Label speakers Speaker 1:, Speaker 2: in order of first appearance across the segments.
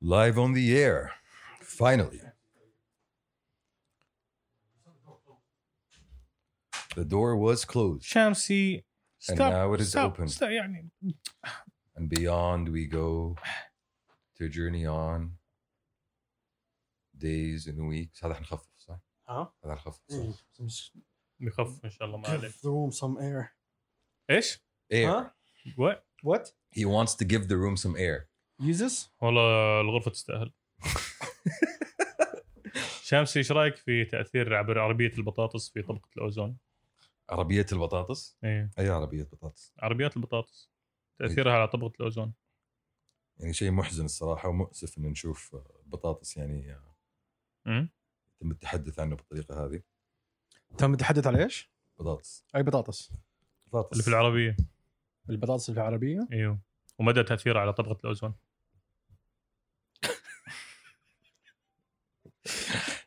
Speaker 1: Live on the air, finally. The door was closed,
Speaker 2: Shamsi, stop.
Speaker 1: And now it is
Speaker 2: stop,
Speaker 1: open.
Speaker 2: stop. Yeah, I mean,
Speaker 1: and beyond we go to journey on days and weeks. هذا حنخفف صح؟
Speaker 3: ها؟
Speaker 1: هذا حنخفف صح؟
Speaker 3: إيه. Just
Speaker 2: بيخفف ان شاء الله ما عليك
Speaker 3: Give the room some air.
Speaker 2: ايش؟
Speaker 1: Air.
Speaker 3: Huh?
Speaker 2: وات؟
Speaker 3: What?
Speaker 1: He wants to give the room some air.
Speaker 3: Use this?
Speaker 2: والله الغرفه تستاهل شمسي ايش رايك في تاثير عبر عربيه البطاطس في طبقه الاوزون؟
Speaker 1: عربية البطاطس؟
Speaker 2: ايه
Speaker 1: أي عربية بطاطس؟
Speaker 2: عربيات البطاطس تاثيرها على طبقه الاوزون
Speaker 1: يعني شيء محزن الصراحة ومؤسف إن نشوف بطاطس يعني
Speaker 2: أمم.
Speaker 1: يتم التحدث عنه بالطريقة هذه
Speaker 3: تم التحدث على ايش؟
Speaker 1: بطاطس
Speaker 3: اي بطاطس؟
Speaker 1: بطاطس
Speaker 2: اللي في العربيه
Speaker 3: البطاطس العربيه؟
Speaker 2: ايوه ومدى تاثيرها على طبقه الاوزون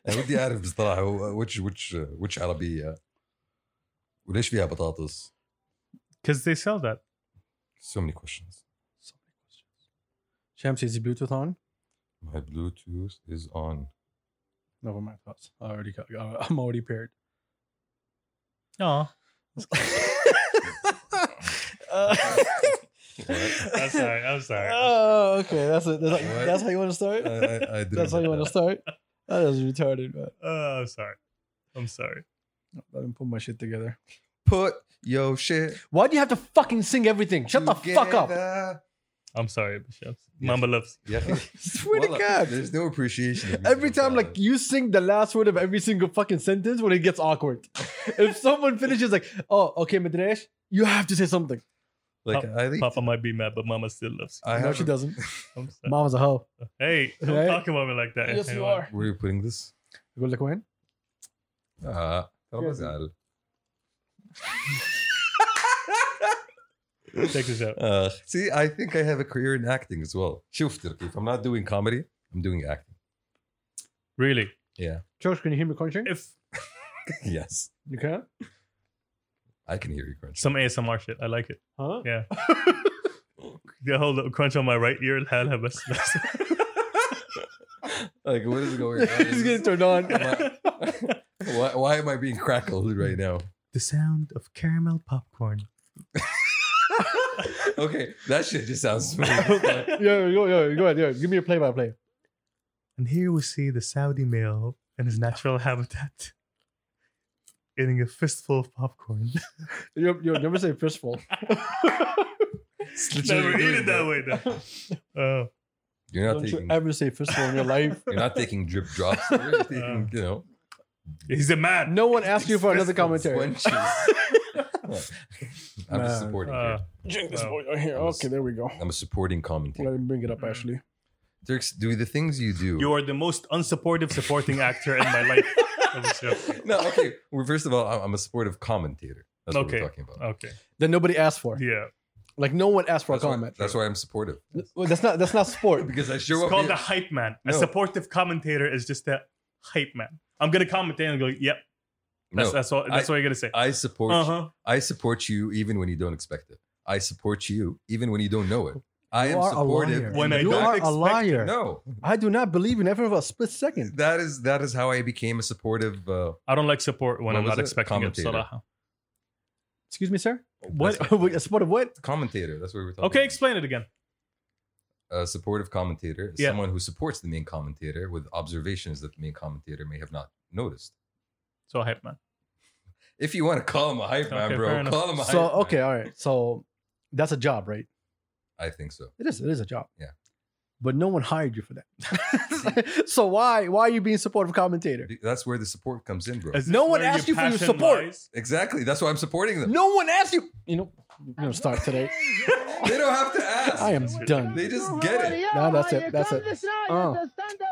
Speaker 1: أنا ودي أعرف بصراحة وش وش وش عربية وليش فيها بطاطس؟
Speaker 2: because they sell that
Speaker 1: So many questions.
Speaker 3: شمس is Bluetooth on?
Speaker 1: My Bluetooth is on.
Speaker 3: Never mind. Thoughts. I already got, I'm already paired.
Speaker 2: اه I'm sorry I'm sorry
Speaker 3: oh, okay. That's it. That's,
Speaker 1: What? Uh,
Speaker 3: that's how you want to
Speaker 1: I,
Speaker 3: start.
Speaker 1: I, I didn't
Speaker 3: That's how you want to start. That is retarded, but
Speaker 2: Oh, I'm sorry I'm sorry
Speaker 3: let me put my shit together.
Speaker 1: put your shit.
Speaker 3: Why do you have to fucking sing everything? Shut the fuck up.
Speaker 1: together.
Speaker 2: I'm sorry Shams. ماما لفظ
Speaker 1: يا أخي
Speaker 3: Swear to
Speaker 1: والله,
Speaker 3: God.
Speaker 1: There's no appreciation. of
Speaker 3: Every
Speaker 1: music
Speaker 3: time,
Speaker 1: about
Speaker 3: like
Speaker 1: it.
Speaker 3: you sing the last word of every single fucking sentence when it gets awkward. if someone finishes like, "Oh, okay, Madresh," you have to say something.
Speaker 1: like I think
Speaker 2: Papa might be mad but Mama still loves you
Speaker 1: I
Speaker 3: no,
Speaker 1: have.
Speaker 3: she doesn't.
Speaker 2: I'm sorry.
Speaker 3: Mama's a hoe.
Speaker 2: Hey, don't
Speaker 3: Right?
Speaker 2: talk about me like that. Anyway.
Speaker 1: Where are you putting this?
Speaker 3: Go look when.
Speaker 1: Ah, ترى
Speaker 3: Yes.
Speaker 1: بزعل.
Speaker 2: Check this out.
Speaker 1: Uh, see, I think I have a career in acting as well. شوف تركي, if I'm not doing comedy, I'm doing acting.
Speaker 2: Really?
Speaker 3: Josh, can you hear me crunching?
Speaker 2: If
Speaker 1: yes,
Speaker 3: you can.
Speaker 1: I can hear you crunch.
Speaker 2: some ASMR shit, I like it.
Speaker 3: Huh?
Speaker 2: Yeah. The whole little crunch on my right ear. الحالة بس
Speaker 1: Like, what is going on?
Speaker 3: He's getting turned on.
Speaker 1: why, why am I being crackled right now?
Speaker 2: The sound of caramel popcorn.
Speaker 1: Okay, that shit just sounds smooth.
Speaker 2: and
Speaker 3: yo, yo, yo, go ahead. Yo, give me a play by play.
Speaker 2: here we see the Saudi male in his natural habitat eating a fistful of popcorn.
Speaker 3: Yo, yo, never say fistful.
Speaker 1: It's
Speaker 2: Never
Speaker 1: literally
Speaker 2: eat
Speaker 1: doing
Speaker 2: it that way though. Oh,
Speaker 1: You're not
Speaker 3: Don't you
Speaker 1: taking.
Speaker 3: ever say fistful in your life.
Speaker 1: You're not taking drip drops. You're just
Speaker 2: Uh,
Speaker 1: taking, you know.
Speaker 2: he's a man.
Speaker 3: No one asked you for Oh, another commentary.
Speaker 1: Squinches. I'm a
Speaker 3: Man.
Speaker 1: supporting.
Speaker 2: Uh,
Speaker 1: character.
Speaker 3: Drink
Speaker 2: this boy
Speaker 3: right here.
Speaker 1: Okay,
Speaker 3: there we go.
Speaker 1: I'm a supporting commentator.
Speaker 3: me bring it up, Ashley.
Speaker 1: Dirks, do the things you do.
Speaker 2: You are the most unsupportive supporting actor in my life. That was joking.
Speaker 1: no, okay. Well, first of all, I'm- I'm a supportive commentator. That's what
Speaker 2: Okay.
Speaker 1: we're talking about.
Speaker 2: Okay.
Speaker 3: That nobody asked for.
Speaker 2: Yeah.
Speaker 3: Like no one asked for
Speaker 1: That's
Speaker 3: a
Speaker 1: why,
Speaker 3: comment.
Speaker 1: that's why I'm supportive
Speaker 3: Well, that's not. That's not sport.
Speaker 1: because I show
Speaker 2: it's
Speaker 1: up.
Speaker 2: called
Speaker 1: here-
Speaker 2: the hype man. A
Speaker 1: No.
Speaker 2: supportive commentator is just that hype man. I'm gonna commentate and go, yep, that's
Speaker 1: no,
Speaker 2: that's all that's what you're gonna say.
Speaker 1: I support.
Speaker 2: Uh huh.
Speaker 1: I support you even when you don't expect it. I support you even when you don't know it. I
Speaker 3: You
Speaker 1: am
Speaker 3: are a
Speaker 1: supportive.
Speaker 3: liar.
Speaker 1: in
Speaker 2: When
Speaker 1: the
Speaker 2: I
Speaker 3: you
Speaker 2: don't
Speaker 1: fact-
Speaker 3: are a
Speaker 2: expect it.
Speaker 3: liar.
Speaker 1: No,
Speaker 3: I do not believe in everyone for a split second.
Speaker 1: that is that is how I became a supportive. Uh,
Speaker 2: I don't like support when
Speaker 1: What
Speaker 2: I'm
Speaker 1: was
Speaker 2: not
Speaker 1: it?
Speaker 2: expecting it.
Speaker 1: Commentator.
Speaker 2: Salaha.
Speaker 3: Excuse me, sir. What?
Speaker 1: that's-
Speaker 3: a sport of what?
Speaker 1: commentator? That's what we were talking.
Speaker 2: Okay,
Speaker 1: about.
Speaker 2: explain it again.
Speaker 1: a supportive commentator is
Speaker 2: Yeah.
Speaker 1: someone who supports the main commentator with observations that the main commentator may have not noticed.
Speaker 2: So hype man.
Speaker 1: If you want to call him a hype man,
Speaker 2: Okay, fair
Speaker 1: bro,
Speaker 2: enough.
Speaker 1: call him a hype
Speaker 3: So
Speaker 1: man.
Speaker 3: okay, all right. So that's a job, right?
Speaker 1: I think so.
Speaker 3: It is. It is a job.
Speaker 1: Yeah.
Speaker 3: But no one hired you for that. so why why are you being supportive commentator?
Speaker 1: That's where the support comes in, bro.
Speaker 2: Is this
Speaker 3: No one
Speaker 2: where
Speaker 3: asked you for your
Speaker 2: passion
Speaker 3: support.
Speaker 2: lies?
Speaker 1: exactly. That's why I'm supporting them.
Speaker 3: No one asked you. You know, we're gonna start today.
Speaker 1: They don't have to ask.
Speaker 3: I am done.
Speaker 1: They just get it.
Speaker 3: No, that's it, that's it. Oh.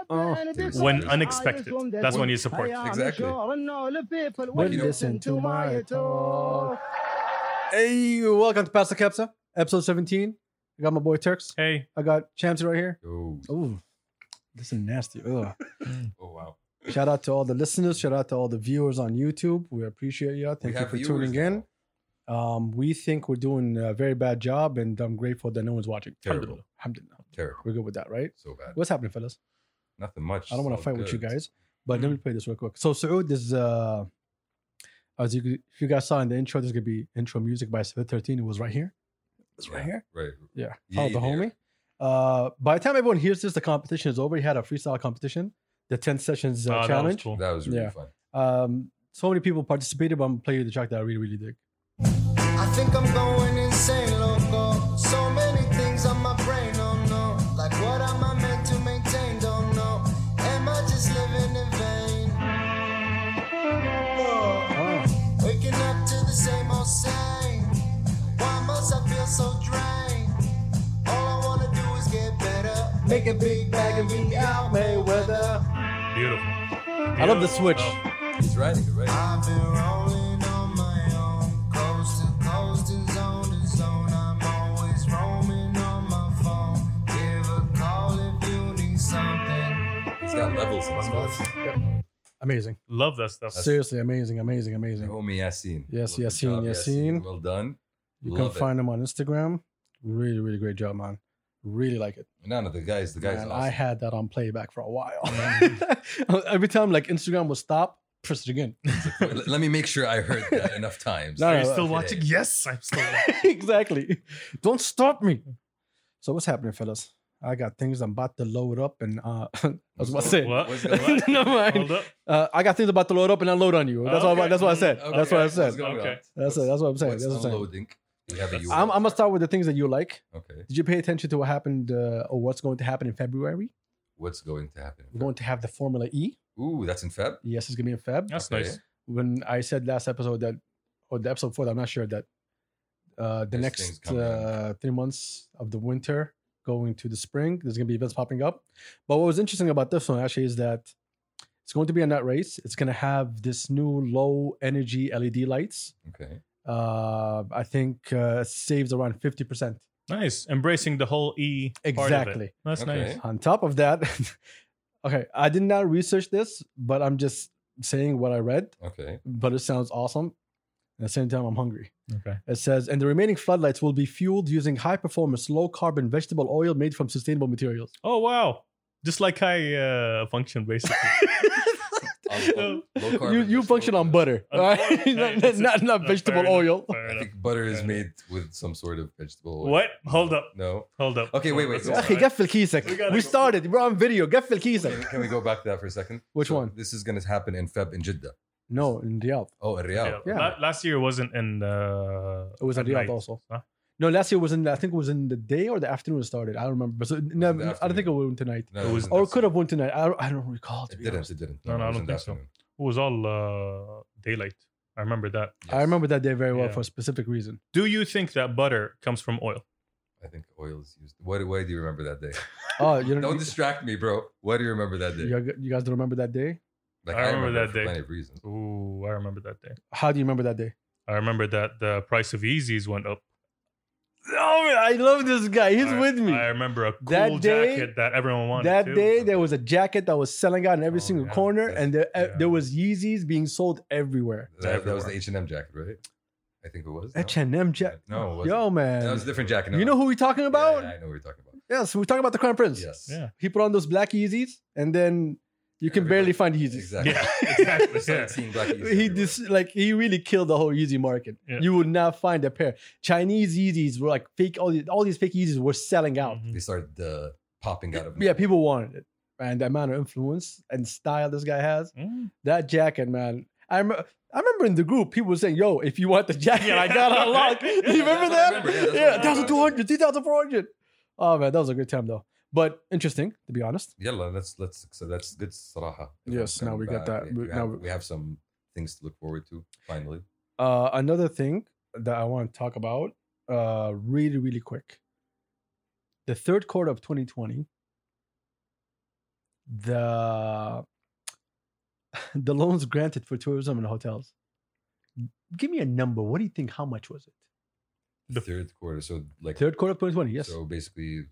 Speaker 3: Oh.
Speaker 2: When unexpected. That's when you support.
Speaker 1: Exactly.
Speaker 3: When
Speaker 1: you know-
Speaker 3: listen to my talk. Hey, welcome to Pasta Capsa, episode 17. I got my boy Turks.
Speaker 2: Hey, ah,
Speaker 3: I got Champsy right here.
Speaker 1: Oh,
Speaker 3: Ooh, this is nasty. Ugh.
Speaker 1: oh wow.
Speaker 3: Shout out to all the listeners. Shout out to all the viewers on YouTube. We appreciate you. all
Speaker 1: We
Speaker 3: Thank you
Speaker 1: have
Speaker 3: for
Speaker 1: viewers
Speaker 3: tuning
Speaker 1: now.
Speaker 3: in. Um, we think we're doing a very bad job, and I'm grateful that no one's watching.
Speaker 1: Terrible.
Speaker 3: Alhamdulillah. Alhamdulillah.
Speaker 1: Terrible.
Speaker 3: We're good with that, right?
Speaker 1: So bad.
Speaker 3: What's happening, fellas?
Speaker 1: Nothing much.
Speaker 3: I don't want to
Speaker 1: All
Speaker 3: fight with you
Speaker 1: good. Hmm.
Speaker 3: guys, but let me play this real quick. So Saud is uh as you if you guys saw in the intro, there's gonna be intro music by Saud 13. It was right here. It's right
Speaker 1: Yeah.
Speaker 3: here.
Speaker 1: Right.
Speaker 3: Yeah.
Speaker 1: Yeah,
Speaker 3: Follow the
Speaker 1: yeah.
Speaker 3: homie. Uh by the time everyone hears this, the competition is over. He had a freestyle competition, the 10
Speaker 2: Oh,
Speaker 3: sessions uh,
Speaker 4: Ah, that was
Speaker 3: challenge.
Speaker 4: cool.
Speaker 1: That was really
Speaker 3: Yeah.
Speaker 1: fun.
Speaker 3: Um so many people participated, but I'm gonna play you the track that I really, really dig.
Speaker 5: I think I'm going insane, loco. So many things on my brain, don't know. Like what am I meant to maintain, don't know. Am I just living in vain? Oh.
Speaker 3: Oh,
Speaker 5: Waking up to the same old same. Why must I feel so drained? All I wanna do is get better. Make a big bag and be out, Mayweather.
Speaker 4: Beautiful.
Speaker 3: I love the switch.
Speaker 2: Oh.
Speaker 1: He's writing it right.
Speaker 5: I've been rolling on my own, coast to coast and zone to zone. I'm always roaming on my phone. Give a call if you need something.
Speaker 1: He's got levels in his voice.
Speaker 3: Amazing.
Speaker 4: Love that stuff.
Speaker 3: Seriously, amazing, amazing, amazing.
Speaker 1: Homie Yassine.
Speaker 3: Yes,
Speaker 1: Well, good
Speaker 3: Yassine,
Speaker 1: job,
Speaker 3: Yassine.
Speaker 1: Well done.
Speaker 3: You can
Speaker 1: Love it.
Speaker 3: find him on Instagram. Really, really great job, man. Really like it.
Speaker 1: No, no, the guys, the guys.
Speaker 3: Man,
Speaker 1: awesome.
Speaker 3: I had that on playback for a while. Every time like Instagram would stop, press it again.
Speaker 1: Let let me make sure I heard that enough times.
Speaker 3: No,
Speaker 4: Are
Speaker 3: no,
Speaker 4: you
Speaker 3: no.
Speaker 4: still
Speaker 1: Okay.
Speaker 4: watching? Yes, I'm still watching.
Speaker 3: exactly. Don't stop me. So what's happening, fellas? I got things I'm about to load up and uh I was about to say.
Speaker 4: What?
Speaker 1: What's going on?
Speaker 3: Never mind.
Speaker 4: Hold up.
Speaker 3: Uh, I got things about to load up and unload on you. That's what I,
Speaker 4: Okay.
Speaker 3: that's what I said.
Speaker 1: Okay,
Speaker 3: That's what I
Speaker 1: what's
Speaker 3: said.
Speaker 1: going
Speaker 4: Okay.
Speaker 1: on?
Speaker 3: That's it.
Speaker 1: What's-
Speaker 3: That's what I'm saying.
Speaker 1: what's
Speaker 3: That's what I'm saying.
Speaker 1: unloading? We have a
Speaker 4: That's-
Speaker 1: URL.
Speaker 3: I'm, I'm gonna start with the things that you like.
Speaker 1: Okay.
Speaker 3: Did you pay attention to what happened uh, or what's going to happen in February?
Speaker 1: What's going to happen?
Speaker 3: We're going to have the Formula E.
Speaker 1: Ooh, that's in Feb.
Speaker 3: Yes, it's gonna be in Feb.
Speaker 4: That's
Speaker 1: Okay.
Speaker 4: nice.
Speaker 3: When I said last episode that, or the episode before, that, I'm not sure that uh, the
Speaker 1: There's things
Speaker 3: next
Speaker 1: coming up.
Speaker 3: uh, three months of the winter going to the spring, there's gonna be events popping up. But what was interesting about this one actually is that it's going to be a night race. It's gonna have this new low energy LED lights.
Speaker 1: Okay.
Speaker 3: Uh, I think uh, saves around fifty percent.
Speaker 4: Nice. Embracing the whole E. part of it.
Speaker 3: Exactly.
Speaker 4: That's
Speaker 1: Okay.
Speaker 4: nice.
Speaker 3: On top of that, okay, I did not research this, but I'm just saying what I read.
Speaker 1: Okay.
Speaker 3: but it sounds awesome. At the same time, I'm hungry.
Speaker 4: Okay.
Speaker 3: It says, and the remaining floodlights will be fueled using high performance, low carbon vegetable oil made from sustainable materials.
Speaker 4: Oh wow. Just like I uh, function basically.
Speaker 1: I'll- I'll- low
Speaker 3: you
Speaker 1: carbon vegetable
Speaker 3: you function on
Speaker 1: oil.
Speaker 3: butter,
Speaker 4: On
Speaker 3: all right?
Speaker 4: butter, okay.
Speaker 3: not,
Speaker 4: This is-
Speaker 3: not, not
Speaker 4: uh,
Speaker 3: vegetable
Speaker 4: fair
Speaker 3: oil.
Speaker 4: Fair
Speaker 1: I
Speaker 4: enough.
Speaker 1: think butter is
Speaker 4: Fair
Speaker 1: made with some sort of vegetable oil.
Speaker 4: What? Hold up.
Speaker 1: No.
Speaker 4: Hold up.
Speaker 1: Okay, wait, wait,
Speaker 4: Hold
Speaker 1: so-
Speaker 4: up.
Speaker 3: Okay, get Filkisek.
Speaker 4: We
Speaker 3: We,
Speaker 4: gotta go.
Speaker 3: started. We're on video. Get
Speaker 1: Can,
Speaker 3: Filkisek.
Speaker 1: can we go back to that for a second?
Speaker 3: Which one?
Speaker 1: This is going to happen in Feb in Jeddah.
Speaker 3: No, in Riyadh.
Speaker 1: Oh, in
Speaker 4: Yeah.
Speaker 1: Riyadh.
Speaker 3: Yeah.
Speaker 4: La- last year wasn't in. Uh,
Speaker 3: It was at
Speaker 4: night.
Speaker 3: Riyadh also.
Speaker 4: Huh?
Speaker 3: No, last year was in, I think it was in the day or the afternoon it started. I don't remember. But so, no,
Speaker 1: the
Speaker 3: I don't think it
Speaker 1: afternoon.
Speaker 3: went tonight.
Speaker 1: No,
Speaker 4: It was-
Speaker 1: wasn't
Speaker 3: Or
Speaker 1: that
Speaker 3: it could have went tonight. I, I don't
Speaker 1: soon.
Speaker 3: recall. To
Speaker 1: It
Speaker 3: be
Speaker 1: didn't.
Speaker 3: honest.
Speaker 1: It didn't.
Speaker 4: No, no, I don't think so. It was all uh, daylight. I remember that.
Speaker 3: I remember that day very well
Speaker 4: Yeah.
Speaker 3: for a specific reason.
Speaker 4: Do you think that butter comes from oil?
Speaker 1: I think oil is used. Why, do- why do you remember that day?
Speaker 3: Oh, you don't,
Speaker 1: Don't distract me, bro. Why do you remember that day?
Speaker 3: You, gu- you guys don't remember that day?
Speaker 1: Like,
Speaker 4: I remember that
Speaker 1: it
Speaker 4: day.
Speaker 1: For plenty of reasons.
Speaker 4: Ooh, I remember that day.
Speaker 3: How do you remember that day?
Speaker 4: I remember that the price of Yeezys went up.
Speaker 3: Oh, I love this guy. He's
Speaker 4: I-
Speaker 3: with me.
Speaker 4: I remember a cool
Speaker 3: That day-
Speaker 4: jacket that everyone wanted.
Speaker 3: that
Speaker 4: too.
Speaker 3: day, there was a jacket that was selling out in every
Speaker 4: Oh,
Speaker 3: single
Speaker 4: yeah.
Speaker 3: corner, and there, eh,
Speaker 4: Yeah.
Speaker 3: there was Yeezys being sold everywhere.
Speaker 1: That, that was the
Speaker 4: Everywhere.
Speaker 1: H and M jacket, right? I think it was. no?
Speaker 3: H and M jacket.
Speaker 1: No, it wasn't.
Speaker 3: yo, man.
Speaker 1: That was a different jacket. no,
Speaker 3: You know
Speaker 1: no.
Speaker 3: who we're talking
Speaker 1: Yeah,
Speaker 3: about?
Speaker 1: yeah, I know what you're talking about.
Speaker 3: Yes, we're talking about the Crown Prince.
Speaker 1: Yes.
Speaker 4: Yeah.
Speaker 3: He put on those black Yeezys, and then you can barely find Yeezys.
Speaker 1: Exactly.
Speaker 4: Yeah, exactly,
Speaker 1: We started
Speaker 4: yeah.
Speaker 1: seeing black Yeezys
Speaker 3: He
Speaker 1: everywhere.
Speaker 3: just like he really killed the whole Yeezy market.
Speaker 4: Yeah.
Speaker 3: You would not find a pair. Chinese Yeezys were like fake. All these, all these fake Yeezys were selling out.
Speaker 4: Mhm.
Speaker 1: They started uh, popping out of.
Speaker 3: yeah, people wanted it. And the amount of influence and style this guy has,
Speaker 4: Mm.
Speaker 3: that jacket, man. I, rem- I remember in the group, people were saying, yo, if you want the jacket, I got it unlocked.
Speaker 4: Yeah,
Speaker 3: you remember
Speaker 1: that's what I
Speaker 3: that?
Speaker 1: remember. Yeah, that's what I
Speaker 3: Yeah,
Speaker 1: remember.
Speaker 3: 1,200, 3,400. Oh, man, that was a good time, though. But interesting, to be honest.
Speaker 1: Yalla, let's let's so that's good Saraha.
Speaker 3: Yes, now we got that.
Speaker 1: We,
Speaker 3: We-
Speaker 1: have,
Speaker 3: now we-
Speaker 1: we have some things to look forward to finally.
Speaker 3: Uh, another thing that I want to talk about uh, really, really quick. The third quarter of 2020, the the loans granted for tourism and hotels. Give me a number. What do you think? How much was it?
Speaker 1: The third quarter. So like
Speaker 3: Third quarter of 2020. Yes.
Speaker 1: so basically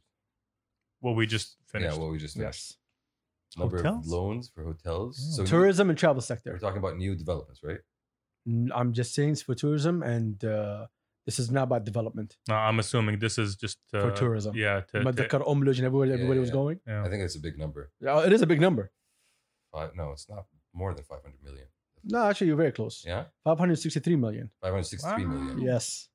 Speaker 4: What we just finished.
Speaker 1: yeah, what we just finished.
Speaker 3: yes.
Speaker 1: Number
Speaker 4: Hotels?
Speaker 1: of loans for hotels.
Speaker 4: Yeah.
Speaker 1: So new-
Speaker 3: Tourism and travel sector.
Speaker 1: we're talking about new developments, right?
Speaker 3: N- I'm just saying it's for tourism, and uh, this is not about development.
Speaker 2: No, I'm assuming this is just uh,
Speaker 3: For tourism.
Speaker 2: Yeah, to,
Speaker 3: But
Speaker 2: to-
Speaker 3: the Kar Omloj and everywhere
Speaker 1: Yeah,
Speaker 3: everybody was
Speaker 1: yeah.
Speaker 3: going.
Speaker 2: yeah.
Speaker 1: I think it's a big number.
Speaker 3: Uh, It is a big number.
Speaker 1: Five, no, it's not more than 500 million.
Speaker 3: No, actually, you're very close.
Speaker 1: Yeah,
Speaker 3: 563 million.
Speaker 1: 563 million.
Speaker 2: Wow.
Speaker 3: Yes.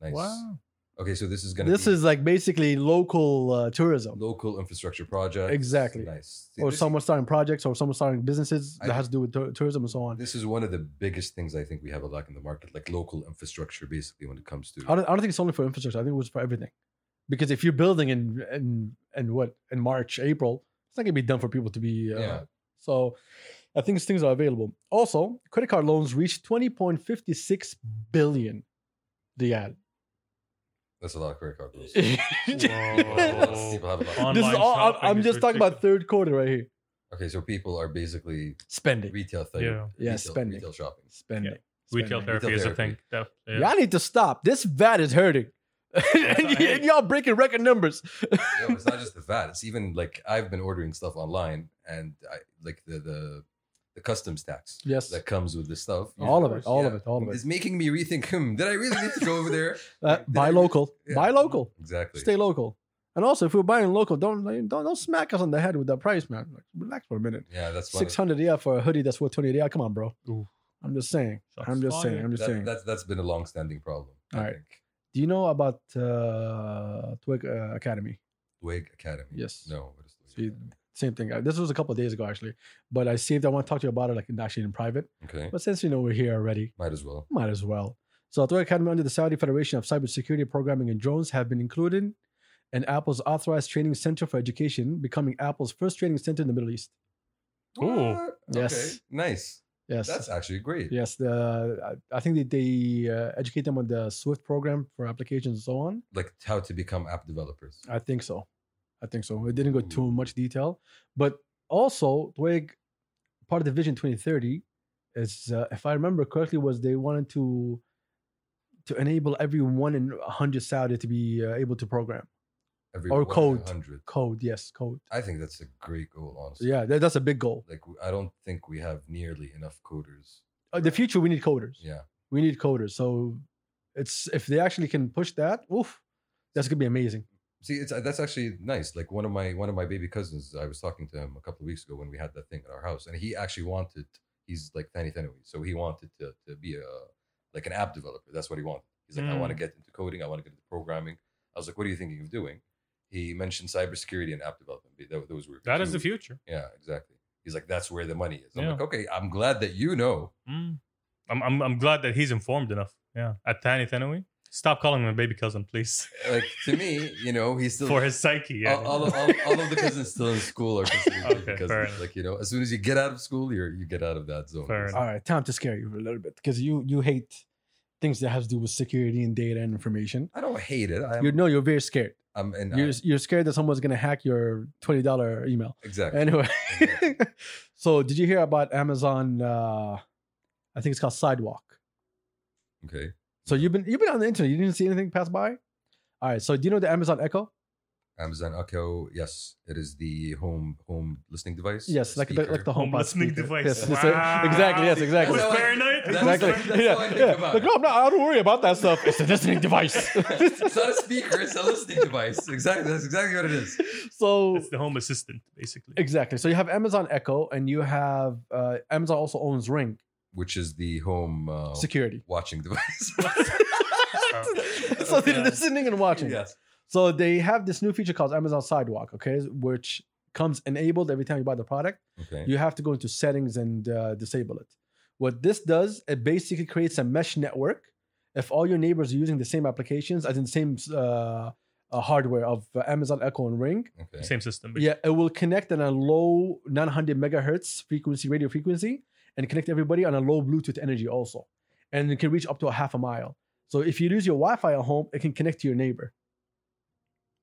Speaker 1: Nice.
Speaker 2: Wow.
Speaker 1: Okay, so this is going to
Speaker 3: This is like basically local uh, tourism.
Speaker 1: local infrastructure project.
Speaker 3: Exactly.
Speaker 1: Nice. See,
Speaker 3: or
Speaker 1: this,
Speaker 3: someone starting projects or someone starting businesses
Speaker 1: I
Speaker 3: that
Speaker 1: think-
Speaker 3: has to do with tou- tourism and so on.
Speaker 1: This is one of the biggest things I think we have a lack in the market, like local infrastructure, basically, when it comes to.
Speaker 3: I don't, I don't think it's only for infrastructure. I think it was for everything. Because if you're building in in, in what in March, April, it's not gonna be done for people to be. Uh,
Speaker 1: Yeah.
Speaker 3: So, I think these things are available. Also, credit card loans reached 20.56 billion. The ad.
Speaker 1: That's a lot of credit card bills.
Speaker 2: Whoa.
Speaker 1: People have a lot.
Speaker 2: Oh. On-
Speaker 3: this is
Speaker 2: Online
Speaker 3: all. I'm,
Speaker 2: shopping
Speaker 3: I'm
Speaker 2: is
Speaker 3: just talking about third quarter right here.
Speaker 1: Okay, so people are basically
Speaker 3: Spending.
Speaker 1: retail thing.
Speaker 2: Yeah.
Speaker 3: Yeah,
Speaker 1: retail,
Speaker 3: spending.
Speaker 1: Retail shopping.
Speaker 3: Spending.
Speaker 2: Retail
Speaker 3: Spending.
Speaker 2: therapy is a thing.
Speaker 1: therapy.
Speaker 2: Def- yeah.
Speaker 3: Y'all need to stop. This VAT is hurting. and, y- and y'all breaking record numbers.
Speaker 1: Yeah, but it's not just the VAT. It's even like I've been ordering stuff online, and I like the the the customs tax
Speaker 3: Yes.
Speaker 1: that comes with this stuff.
Speaker 3: All of it, all of it, all of it.
Speaker 1: It's making me rethink. Hmm, did I really need to go over there?
Speaker 3: Uh,
Speaker 1: Did
Speaker 3: buy
Speaker 1: I-
Speaker 3: local.
Speaker 1: Yeah.
Speaker 3: Buy local.
Speaker 1: Exactly.
Speaker 3: Stay local. And also, if we're buying local, don't don't don't smack us on the head with that price, man. Like, relax for a minute.
Speaker 1: yeah, that's one of-
Speaker 3: Six hundred yeah for a hoodie that's worth twenty yeah. Come on, bro.
Speaker 2: Oof.
Speaker 3: I'm just saying.
Speaker 2: Shots
Speaker 3: I'm just saying.
Speaker 2: fired.
Speaker 3: I'm just
Speaker 1: That,
Speaker 3: saying.
Speaker 1: that's that's been a long-standing problem. I
Speaker 3: All right.
Speaker 1: think.
Speaker 3: Do you know about uh, Twig uh, Academy?
Speaker 1: Twig Academy.
Speaker 3: Yes.
Speaker 1: No. What is Twig
Speaker 3: See,
Speaker 1: Academy?
Speaker 3: Same thing. Uh, This was a couple of days ago actually, but I saved. I want to talk to you about it, like in- actually in private.
Speaker 1: Okay.
Speaker 3: But since you know we're here already,
Speaker 1: Might as well.
Speaker 3: Might as well. So, Although Academy under the Saudi Federation of Cybersecurity Programming and Drones have been included in Apple's authorized training center for education, becoming Apple's first training center in the Middle East.
Speaker 2: Ooh.
Speaker 1: What?
Speaker 3: Yes.
Speaker 1: Nice.
Speaker 3: Yes.
Speaker 1: That's actually great.
Speaker 3: yes. The, I I think that they uh, educate them on the Swift program for applications and so on.
Speaker 1: Like how to become app developers.
Speaker 3: I think so. I think so. It didn't go too much detail, but also Twig, part of the Vision 2030, is uh, if I remember correctly, was they wanted to to enable everyone in 100 Saudi to be uh, able to program
Speaker 1: Every
Speaker 3: Or
Speaker 1: one in a
Speaker 3: code.
Speaker 1: hundred.
Speaker 3: code. Yes, code.
Speaker 1: I think that's a great goal, honestly.
Speaker 3: Yeah, that, that's a big goal.
Speaker 1: Like I don't think we have nearly enough coders.
Speaker 3: Uh, the future, we need coders.
Speaker 1: Yeah.
Speaker 3: We need coders. So it's if they actually can push that, oof, that's gonna be amazing.
Speaker 1: See, it's uh, that's actually nice. Like one of my one of my baby cousins, I was talking to him a couple of weeks ago when we had that thing at our house, and he actually wanted. He's like tiny Thanawi, so he wanted to to be a like an app developer. That's what he wanted. He's like, I want to
Speaker 3: Mm.
Speaker 1: get into coding. I want to get into programming. I was like, What are you thinking of doing? He mentioned cybersecurity and app development. Tho- Those were
Speaker 2: That is the
Speaker 1: two-
Speaker 2: future.
Speaker 1: Yeah, exactly. He's like, That's where the money is. I'm
Speaker 2: Yeah.
Speaker 1: like, Okay, I'm glad that you know.
Speaker 2: Mm. I'm, I'm I'm glad that he's informed enough. Yeah. At Tani Tanawi. Stop calling him a baby cousin, please.
Speaker 1: Like to me, you know, he's still
Speaker 2: For his psyche. Yeah.
Speaker 1: all, all, of, all, all of the cousins still in school are considered
Speaker 2: Okay,
Speaker 1: okay,
Speaker 2: fair
Speaker 1: cousins.
Speaker 2: enough.
Speaker 1: Like you know, as soon as you get out of school, you're you get out of that zone.
Speaker 2: Fair
Speaker 3: All right, time to scare you a little bit because you you hate things that has to do with security and data and information.
Speaker 1: I don't hate it.
Speaker 3: You
Speaker 1: I'm,
Speaker 3: know you're very scared.
Speaker 1: I'm and
Speaker 3: You're,
Speaker 1: I,
Speaker 3: you're scared that someone's gonna hack your twenty dollar email.
Speaker 1: exactly.
Speaker 3: Anyway,
Speaker 1: Exactly.
Speaker 3: so did you hear about Amazon? Uh, I think it's called Sidewalk.
Speaker 1: okay,
Speaker 3: So you've been you've been on the internet. You didn't see anything pass by. All right. So do you know the Amazon Echo?
Speaker 1: Amazon Echo. Yes, it is the home home listening device.
Speaker 3: Yes, like the, like the
Speaker 2: Home
Speaker 3: HomePod
Speaker 2: listening
Speaker 3: speaker.
Speaker 2: device.
Speaker 3: Yes, yes,
Speaker 2: Wow.
Speaker 3: exactly. Yes, exactly.
Speaker 2: Who's
Speaker 1: That's how I-
Speaker 2: paranoid? Who's
Speaker 1: that's
Speaker 3: Exactly.
Speaker 1: what-
Speaker 2: paranoid?
Speaker 1: that's
Speaker 3: yeah,
Speaker 1: how I think
Speaker 3: yeah.
Speaker 1: about
Speaker 3: Like,
Speaker 1: it.
Speaker 3: no, I'm not, I don't worry about that stuff. It's a listening device.
Speaker 1: it's not a speaker. It's a listening device. Exactly. That's exactly what it is.
Speaker 3: so
Speaker 2: It's the home assistant, basically.
Speaker 3: exactly. So you have Amazon Echo, and you have uh, Amazon also owns Ring
Speaker 1: Which is the home uh,
Speaker 3: security.
Speaker 1: watching device.
Speaker 3: so they're
Speaker 2: Okay.
Speaker 3: listening and watching.
Speaker 1: yes.
Speaker 3: So they have this new feature called Amazon Sidewalk, okay, which comes enabled every time you buy the product.
Speaker 1: Okay.
Speaker 3: You have to go into settings and uh, disable it. What this does, it basically creates a mesh network. If all your neighbors are using the same applications, as in the same uh, uh, hardware of uh, Amazon Echo and Ring,
Speaker 1: okay.
Speaker 2: Same system.
Speaker 3: yeah, it will connect on a low 900 megahertz frequency, radio frequency, and connect everybody on a low Bluetooth energy also. And it can reach up to a half a mile. So if you lose your Wi Fi at home, it can connect to your neighbor.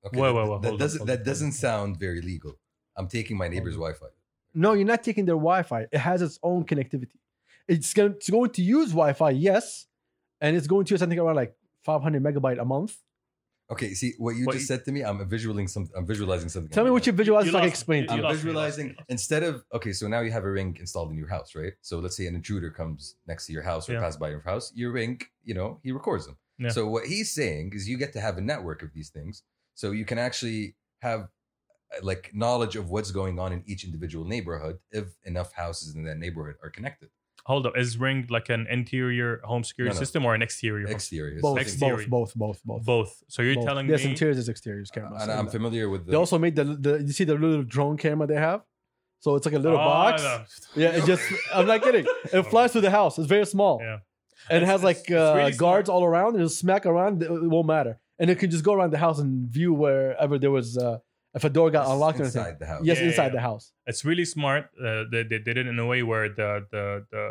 Speaker 1: Okay.
Speaker 2: Whoa,
Speaker 1: that-
Speaker 2: whoa, whoa,
Speaker 1: That
Speaker 2: hold on,
Speaker 1: doesn't
Speaker 2: hold on,
Speaker 1: that
Speaker 2: hold
Speaker 1: doesn't
Speaker 2: on.
Speaker 1: sound very legal. I'm taking my neighbor's Wi-Fi.
Speaker 3: No, you're not taking their Wi-Fi. It has its own connectivity. It's going, it's going to use Wi-Fi, yes, and it's going to use something around like 500 megabyte a month.
Speaker 1: Okay, see what you
Speaker 2: What
Speaker 1: just
Speaker 2: you-
Speaker 1: said to me. I'm visualizing something. I'm visualizing something.
Speaker 3: Tell me what you visualize.
Speaker 2: You
Speaker 3: so I can
Speaker 2: lost-
Speaker 3: explain to
Speaker 2: you
Speaker 3: you.
Speaker 1: I'm
Speaker 2: lost me, you lost me,
Speaker 1: visualizing
Speaker 2: you lost me.
Speaker 1: instead of okay. So now you have a ring installed in your house, right? So let's say an intruder comes next to your house or
Speaker 2: Yeah.
Speaker 1: passes by your house. Your ring, you know, he records them.
Speaker 2: Yeah.
Speaker 1: So what he's saying is you get to have a network of these things, so you can actually have uh, like knowledge of what's going on in each individual neighborhood if enough houses in that neighborhood are connected.
Speaker 2: Hold up. Is Ring like an interior home security
Speaker 1: No, no.
Speaker 2: system or an exterior? home-
Speaker 1: Exterior, is
Speaker 3: Both,
Speaker 1: the
Speaker 3: both,
Speaker 1: thing.
Speaker 2: Exterior.
Speaker 3: both, both, both,
Speaker 2: both. So you're
Speaker 3: Both.
Speaker 2: telling
Speaker 3: yes,
Speaker 2: me
Speaker 3: interiors is exteriors cameras.
Speaker 1: and I'm familiar with the.
Speaker 3: They also made the, the you see the little drone camera they have. So it's like a little
Speaker 2: Oh,
Speaker 3: box.
Speaker 2: no.
Speaker 3: Yeah, it just I'm not kidding. It flies through the house. It's very small.
Speaker 2: Yeah.
Speaker 3: And it
Speaker 2: It's-
Speaker 3: has like
Speaker 2: it's- it's
Speaker 3: uh,
Speaker 2: really
Speaker 3: guards all around. It'll smack around. It won't matter. And it can just go around the house and view wherever there was uh, if a door got
Speaker 1: It's
Speaker 3: unlocked or anything.
Speaker 1: inside the house.
Speaker 3: Yes,
Speaker 2: Yeah, yeah,
Speaker 3: inside
Speaker 2: yeah.
Speaker 3: the house.
Speaker 2: It's really smart. Uh, they, they did it in a way where the the the,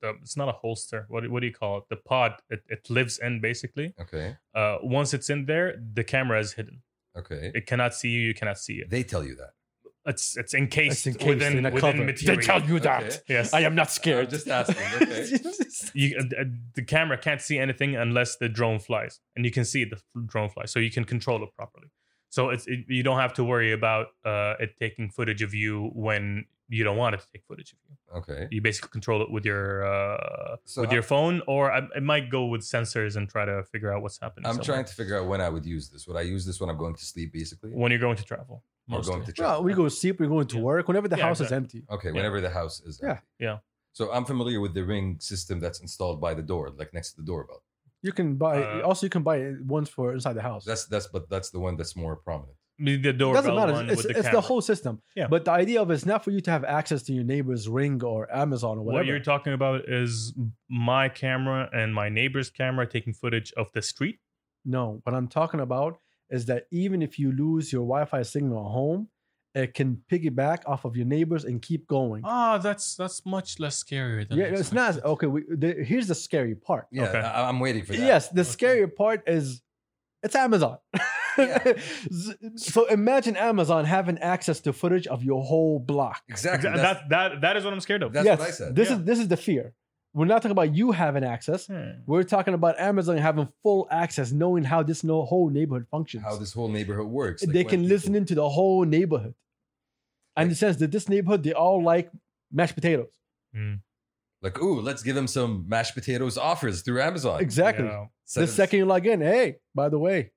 Speaker 2: the it's not a holster. What, do- what do you call it? The pod. It, it lives in basically.
Speaker 1: Okay.
Speaker 2: Uh, once it's in there, the camera is hidden.
Speaker 1: Okay.
Speaker 2: It cannot see you. You cannot see it.
Speaker 1: They tell you that.
Speaker 2: It's it's encased,
Speaker 3: It's encased
Speaker 2: within
Speaker 3: in a
Speaker 2: within
Speaker 3: cover.
Speaker 2: material.
Speaker 3: They tell you that.
Speaker 1: Okay.
Speaker 2: Yes.
Speaker 3: I am not scared.
Speaker 1: I'm just asking, okay.
Speaker 2: you, uh, the camera can't see anything unless the drone flies, and you can see the drone fly, so you can control it properly. So it's it, you don't have to worry about uh, it taking footage of you when you don't want it to take footage of you.
Speaker 1: Okay.
Speaker 2: You basically control it with your uh,
Speaker 1: So
Speaker 2: with
Speaker 1: how-
Speaker 2: your phone, or I, it might go with sensors and try to figure out what's happening.
Speaker 1: I'm
Speaker 2: somewhere.
Speaker 1: trying to figure out when I would use this. Would I use this when I'm going to sleep, basically?
Speaker 2: when you're going to travel.
Speaker 1: or
Speaker 2: mostly.
Speaker 1: going to
Speaker 3: Well,
Speaker 1: travel?
Speaker 3: we go to sleep. We're going to
Speaker 2: Yeah.
Speaker 3: work. Whenever the
Speaker 2: Yeah,
Speaker 3: house is empty.
Speaker 1: Okay, whenever the house is.
Speaker 3: Yeah.
Speaker 1: empty.
Speaker 2: Yeah.
Speaker 1: So I'm familiar with the ring system that's installed by the door, like next to the doorbell.
Speaker 3: You can buy.
Speaker 2: Uh,
Speaker 3: also, you can buy ones for inside the house.
Speaker 1: That's that's but that's the one that's more prominent.
Speaker 2: the the
Speaker 3: It
Speaker 2: doorbell
Speaker 3: doesn't matter.
Speaker 2: one
Speaker 3: It's,
Speaker 2: with the
Speaker 3: it's the
Speaker 2: camera.
Speaker 3: whole system.
Speaker 2: Yeah.
Speaker 3: But the idea of it's not for you to have access to your neighbor's ring or Amazon or
Speaker 2: What
Speaker 3: whatever.
Speaker 2: you're talking about is my camera and my neighbor's camera taking footage of the street.
Speaker 3: no, what I'm talking about is that even if you lose your Wi-Fi signal at home, it can piggyback off of your neighbors and keep going.
Speaker 2: Ah, that's that's much less scarier than
Speaker 3: yeah, it's not
Speaker 1: Oh,
Speaker 3: okay. We, the, here's the scary part.
Speaker 1: Yeah,
Speaker 2: Okay.
Speaker 1: I, I'm waiting for that.
Speaker 3: Yes, the
Speaker 2: Okay.
Speaker 3: scary part is it's Amazon.
Speaker 1: Yeah.
Speaker 3: so imagine Amazon having access to footage of your whole block.
Speaker 1: exactly.
Speaker 2: Exa-
Speaker 1: That's,
Speaker 2: that that that is what I'm scared of.
Speaker 1: that's
Speaker 3: yes,
Speaker 1: what I said.
Speaker 3: This
Speaker 2: Yeah.
Speaker 3: is this is the fear. We're not talking about you having access.
Speaker 2: Hmm.
Speaker 3: We're talking about Amazon having full access, knowing how this no whole neighborhood functions.
Speaker 1: how this whole neighborhood works.
Speaker 3: they can listen into the whole neighborhood. And in the sense that this neighborhood, they all like mashed potatoes.
Speaker 1: Like, ooh, let's give him some mashed potatoes offers through Amazon.
Speaker 3: Exactly.
Speaker 2: Yeah.
Speaker 1: Instead
Speaker 3: The
Speaker 1: of-
Speaker 3: second you log in, hey, by the way,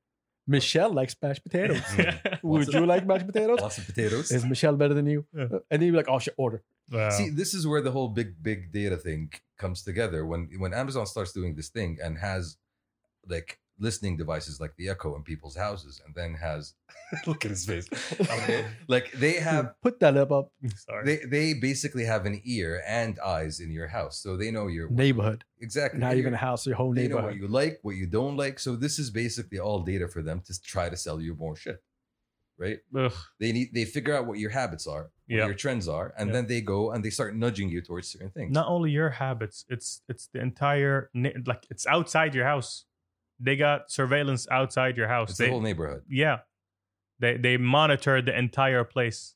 Speaker 3: Michelle likes mashed potatoes. Would you like mashed potatoes?
Speaker 1: lots of potatoes.
Speaker 3: Is Michelle better than you?
Speaker 2: Yeah.
Speaker 3: And then you're like, oh shit, order.
Speaker 2: Wow.
Speaker 1: See,
Speaker 3: Um,
Speaker 1: this is where the whole big big data thing comes together. When when Amazon starts doing this thing and has like listening devices like the Echo in people's houses, and then has look at his face. Okay, like they have
Speaker 3: Put that up up
Speaker 2: Sorry.
Speaker 1: they they basically have an ear and eyes in your house, so they know your
Speaker 3: neighborhood.
Speaker 1: exactly.
Speaker 3: Not
Speaker 1: they-
Speaker 3: even a house, your whole
Speaker 1: They know what
Speaker 3: neighborhood.
Speaker 1: you like, what you don't like. So this is basically all data for them to try to sell you more shit, right?
Speaker 2: Ugh.
Speaker 1: They need they figure out what your habits are, what
Speaker 2: Yeah.
Speaker 1: your trends are, and
Speaker 2: Yeah.
Speaker 1: then they go and they start nudging you towards certain things.
Speaker 2: Not only your habits, it's it's the entire ne- like it's outside your house. They got surveillance outside your house.
Speaker 1: it's
Speaker 2: They,
Speaker 1: the whole neighborhood.
Speaker 2: yeah. They they monitor the entire place.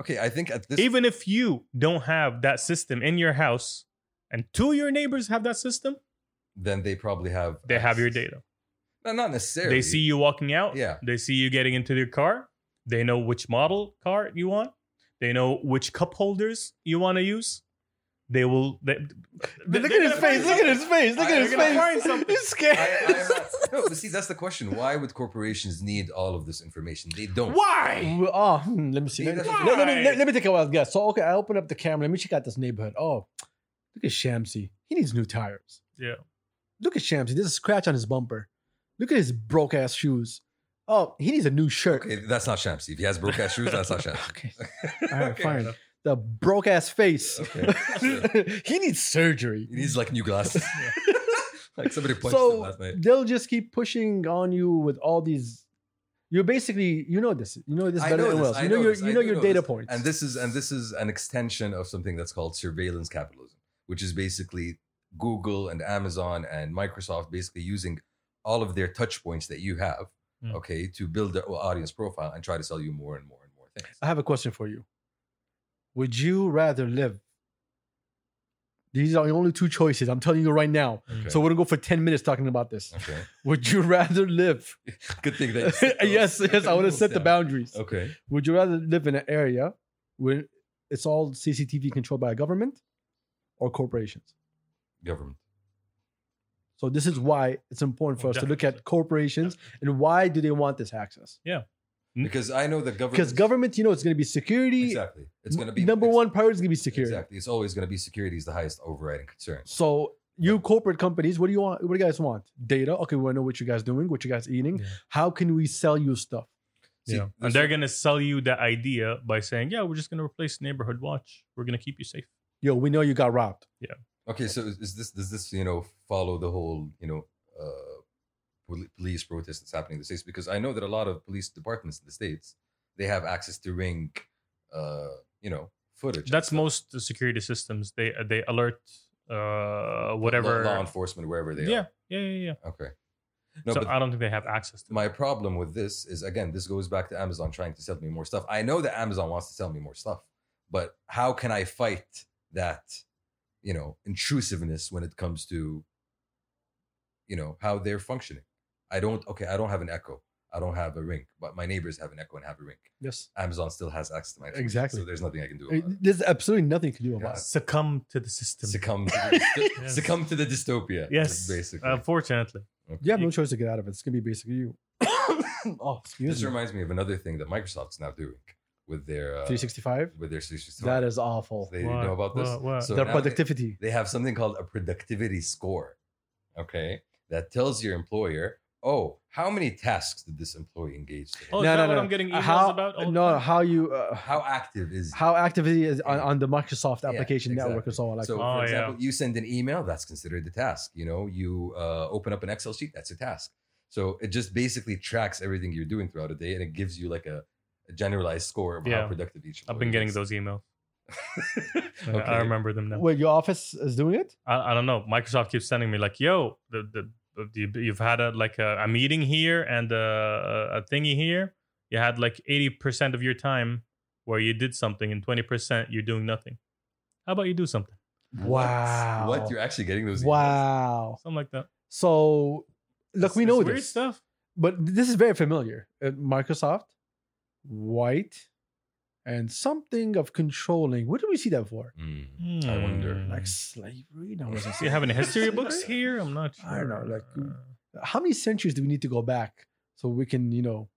Speaker 1: Okay, I think at this
Speaker 2: Even if you don't have that system in your house and two of your neighbors have that system,
Speaker 1: then they probably have
Speaker 2: they have your
Speaker 1: access.
Speaker 2: data.
Speaker 1: No, not necessarily.
Speaker 2: They see you walking out.
Speaker 1: Yeah.
Speaker 2: They see you getting into your car. They know which model car you want. They know which cup holders you want to use. They will. They,
Speaker 3: Look at his face. Look at his face. Look
Speaker 1: I-
Speaker 3: at his
Speaker 1: they're gonna
Speaker 2: find
Speaker 3: face.
Speaker 2: something.
Speaker 3: He's scared.
Speaker 1: I, I'm not, no, but see, that's the question. Why would corporations need all of this information? They don't.
Speaker 2: Why?
Speaker 3: Well, Oh, hmm, let me see. Let me,
Speaker 1: Why?
Speaker 3: let, let me, let, let me take a wild guess. So, okay, I open up the camera. Let me check out this neighborhood. Oh, look at Shamsi. He needs new tires.
Speaker 2: Yeah.
Speaker 3: Look at Shamsi. There's a scratch on his bumper. Look at his broke ass shoes. Oh, he needs a new shirt.
Speaker 1: Okay, that's not Shamsi. If he has broke ass shoes, that's not Shamsi.
Speaker 3: Okay. All right,
Speaker 1: Okay.
Speaker 3: fine. The broke ass face.
Speaker 1: Okay. sure.
Speaker 3: he needs surgery.
Speaker 1: He needs like new glasses. like somebody punched him
Speaker 3: So
Speaker 1: last night.
Speaker 3: they'll just keep pushing on you with all these. You're basically, you know this. You know this better than
Speaker 1: this,
Speaker 3: Wells. You know, your,
Speaker 1: this,
Speaker 3: you
Speaker 1: I
Speaker 3: know
Speaker 1: do
Speaker 3: your data
Speaker 1: this.
Speaker 3: points.
Speaker 1: And this is and this is an extension of something that's called surveillance capitalism, which is basically Google and Amazon and Microsoft basically using all of their touch points that you have,
Speaker 2: Mm.
Speaker 1: okay, to build their audience profile and try to sell you more and more and more things.
Speaker 3: I have a question for you. Would you rather live These are the only two choices. I'm telling you right now.
Speaker 1: Okay.
Speaker 3: So we're gonna go for 10 minutes talking about this.
Speaker 1: okay.
Speaker 3: Would you rather live?
Speaker 1: Good thing that you set those-
Speaker 3: yes, yes. I want to
Speaker 1: rules
Speaker 3: set the
Speaker 1: down.
Speaker 3: boundaries.
Speaker 1: Okay.
Speaker 3: Would you rather live in an area where it's all CCTV controlled by a government or corporations?
Speaker 1: Government.
Speaker 3: So this is why it's important for
Speaker 2: Oh,
Speaker 3: us to look
Speaker 2: definitely.
Speaker 3: at corporations and why do they want this access?
Speaker 2: Mm.
Speaker 1: Because I know the government.
Speaker 3: Because government, you know, it's going to be security.
Speaker 1: Exactly. It's going to be
Speaker 3: number
Speaker 1: it's-
Speaker 3: one priority is going to be security.
Speaker 1: Exactly. It's always going to be security is the highest overriding concern.
Speaker 3: So you corporate companies, what do you want? What do you guys want? Data. Okay, we want to know what you guys doing, what you guys eating.
Speaker 2: Yeah.
Speaker 3: How can we sell you stuff?
Speaker 1: See,
Speaker 2: yeah.
Speaker 1: this-
Speaker 2: And they're gonna sell you the idea by saying, "Yeah, we're just gonna replace neighborhood watch. We're gonna keep you safe."
Speaker 3: Yo, we know you got robbed.
Speaker 1: Okay, so is is this does this you know follow the whole you know uh, poli- police protest that's happening in the states? Because I know that a lot of police departments in the states they have access to ring, uh, you know, footage.
Speaker 2: That's most security systems. They they alert uh, whatever.
Speaker 1: law, law enforcement wherever they
Speaker 2: yeah, yeah, yeah, yeah.
Speaker 1: are. Okay. No,
Speaker 2: so
Speaker 1: but
Speaker 2: I don't think they have access to.
Speaker 1: my problem with this is again this goes back to Amazon trying to sell me more stuff. I know that Amazon wants to sell me more stuff, but how can I fight that you know intrusiveness when it comes to you know how they're functioning? I don't okay, I don't have an Echo. I don't have a Ring, but my neighbors have an Echo and have a Ring.
Speaker 3: Yes.
Speaker 1: Amazon still has access to my information,
Speaker 3: Exactly.
Speaker 1: So there's nothing I can do about it.
Speaker 3: Uh, There's absolutely nothing you can do about
Speaker 1: Yes.
Speaker 2: Succumb to the system.
Speaker 1: Succumb to the, dysto-
Speaker 2: Yes.
Speaker 1: succumb to the dystopia.
Speaker 2: Yes,
Speaker 1: basically.
Speaker 3: Uh,
Speaker 2: Unfortunately,
Speaker 1: Okay.
Speaker 3: it. You have no choice to get out of it. It's going to be basically you. oh, excuse
Speaker 1: This
Speaker 3: me.
Speaker 1: reminds me of another thing that Microsoft's now doing with their uh,
Speaker 3: 365.
Speaker 1: with their 365.
Speaker 3: That is awful.
Speaker 1: They didn't know about this.
Speaker 2: Oh, What, what?
Speaker 1: So
Speaker 3: Their
Speaker 1: now they-
Speaker 3: productivity.
Speaker 1: They have something called a productivity score. Okay. That tells your employer, oh, how many tasks did this employee engage in?
Speaker 2: Oh, is that what I'm
Speaker 1: Uh,
Speaker 2: getting emails
Speaker 3: how,
Speaker 2: about Oh, all the
Speaker 3: no,
Speaker 2: time?
Speaker 3: how you uh,
Speaker 1: how active is
Speaker 3: how activity is on,
Speaker 1: Yeah.
Speaker 3: on the Microsoft
Speaker 1: Yeah,
Speaker 3: application network
Speaker 1: exactly.
Speaker 3: is all like
Speaker 1: so,
Speaker 2: Oh,
Speaker 1: for
Speaker 2: yeah.
Speaker 1: example, you send an email, that's considered a task. You know, you uh, open up an Excel sheet, that's a task. So it just basically tracks everything you're doing throughout a day, and it gives you like a, a generalized score of how
Speaker 2: Yeah.
Speaker 1: productive each.
Speaker 2: I've been
Speaker 1: employee
Speaker 2: getting
Speaker 1: is.
Speaker 2: those emails.
Speaker 1: okay.
Speaker 2: I remember them now.
Speaker 3: Wait, your office is doing it?
Speaker 2: I, I don't know. Microsoft keeps sending me like, "Yo, the, the, the you've had a like a, a meeting here and uh, a, a thingy here. You had like eighty percent of your time where you did something, and twenty percent you're doing nothing. How about you do something,
Speaker 3: Wow.
Speaker 1: What? You're actually getting those? emails?
Speaker 3: Wow.
Speaker 2: something like that?
Speaker 3: So look,
Speaker 2: It's-
Speaker 3: we know
Speaker 2: it's
Speaker 3: this.
Speaker 2: weird stuff.
Speaker 3: but this is very familiar. Uh, Microsoft, white, and something of controlling. What do we see that for?
Speaker 1: Mm. I wonder.
Speaker 3: Like slavery? No, it wasn't
Speaker 2: Hmm. Do Mm. you have any history
Speaker 3: slavery.
Speaker 2: books here? I'm not sure.
Speaker 3: I don't know, like,
Speaker 2: Uh,
Speaker 3: How many centuries do we need to go back so we can, you know?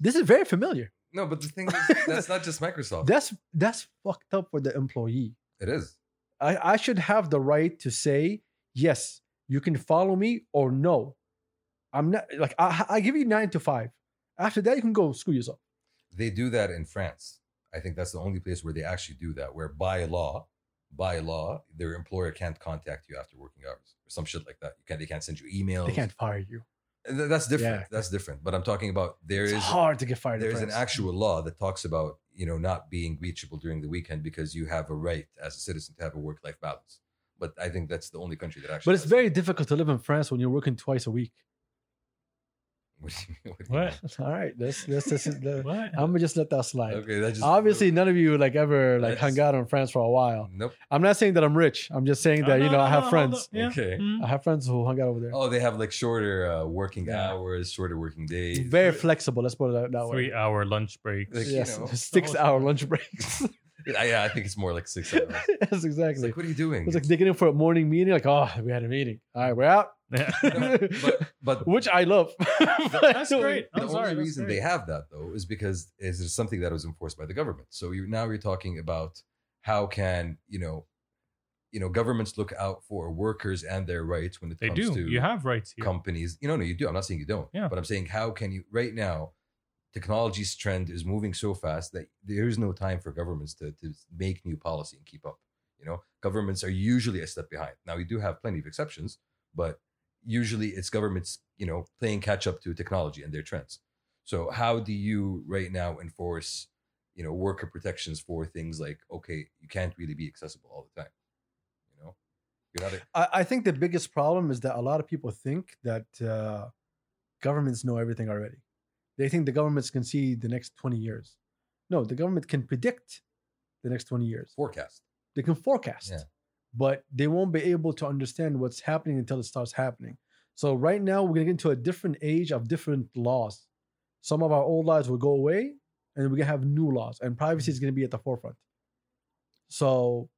Speaker 3: This is very familiar.
Speaker 1: No, but the thing is, that's not just Microsoft.
Speaker 3: That's that's fucked up for the employee.
Speaker 1: it is.
Speaker 3: I, I should have the right to say yes, you can follow me, or no. I'm not like I, I give you nine to five. After that, you can go screw yourself.
Speaker 1: They do that in France. I think that's the only place where they actually do that, where by law, by law, their employer can't contact you after working hours or some shit like that. You can't. They can't send you emails.
Speaker 3: They can't fire you.
Speaker 1: And th- That's different.
Speaker 3: Yeah.
Speaker 1: That's different. But I'm talking about there
Speaker 3: It's
Speaker 1: is
Speaker 3: hard to get fired. in
Speaker 1: there's an
Speaker 3: France.
Speaker 1: actual law that talks about you know not being reachable during the weekend because you have a right as a citizen to have a work life balance. But I think that's the only country that actually.
Speaker 3: But it's
Speaker 1: does that.
Speaker 3: very difficult to live in France when you're working twice a week.
Speaker 1: What do you mean? What do you
Speaker 2: what?
Speaker 3: All right, let's let's just. I'm
Speaker 2: What?
Speaker 3: gonna just let that slide.
Speaker 1: mean? Okay, that just
Speaker 3: Obviously, none of you like ever like
Speaker 1: Let's-
Speaker 3: hung out in France for a while.
Speaker 1: Nope.
Speaker 3: I'm not saying that I'm rich. I'm just saying
Speaker 2: Oh,
Speaker 3: that you
Speaker 2: no,
Speaker 3: know
Speaker 2: no,
Speaker 3: I have
Speaker 2: no, hold
Speaker 3: friends.
Speaker 2: up. Yeah.
Speaker 1: Okay.
Speaker 2: Mm.
Speaker 3: I have friends who hung out over there.
Speaker 1: Oh, they have like shorter uh, working
Speaker 3: Yeah.
Speaker 1: hours, shorter working days.
Speaker 3: Very flexible. Let's put it that, that
Speaker 2: Three
Speaker 3: way.
Speaker 2: hour lunch breaks.
Speaker 1: Like, you
Speaker 3: yes,
Speaker 1: know.
Speaker 3: six hour lunch breaks.
Speaker 1: I, yeah, I think it's more like six hours.
Speaker 3: yes,
Speaker 1: It's
Speaker 3: exactly.
Speaker 1: like, what are you doing?
Speaker 3: It's like they get in for a morning meeting. Like, oh, we had a meeting. All right, we're out.
Speaker 1: No, but but
Speaker 3: Which I love.
Speaker 2: That's great.
Speaker 1: the
Speaker 2: I'm
Speaker 1: only
Speaker 2: sorry. that's
Speaker 1: reason
Speaker 2: great.
Speaker 1: they have that though is because is there's something that was enforced by the government. So you now you're talking about how can you know, you know, governments look out for workers and their rights when it
Speaker 2: They
Speaker 1: comes
Speaker 2: do.
Speaker 1: to
Speaker 2: You have rights here.
Speaker 1: companies. You know, no, you do. I'm not saying you don't.
Speaker 2: Yeah.
Speaker 1: But I'm saying how can you right now? Technology's trend is moving so fast that there is no time for governments to, to make new policy and keep up. You know, governments are usually a step behind. Now we do have plenty of exceptions, but usually it's governments, you know, playing catch up to technology and their trends. So how do you right now enforce, you know, worker protections for things like okay, you can't really be accessible all the time. You know, you're not. A,
Speaker 3: I, I think the biggest problem is that a lot of people think that uh, governments know everything already. They think the governments can see the next 20 years. No, the government can predict the next 20 years.
Speaker 1: forecast.
Speaker 3: They can forecast.
Speaker 1: Yeah.
Speaker 3: but they won't be able to understand what's happening until it starts happening. So right now we're gonna get into a different age of different laws. Some of our old laws will go away, and we're gonna have new laws, and privacy is gonna be at the forefront. So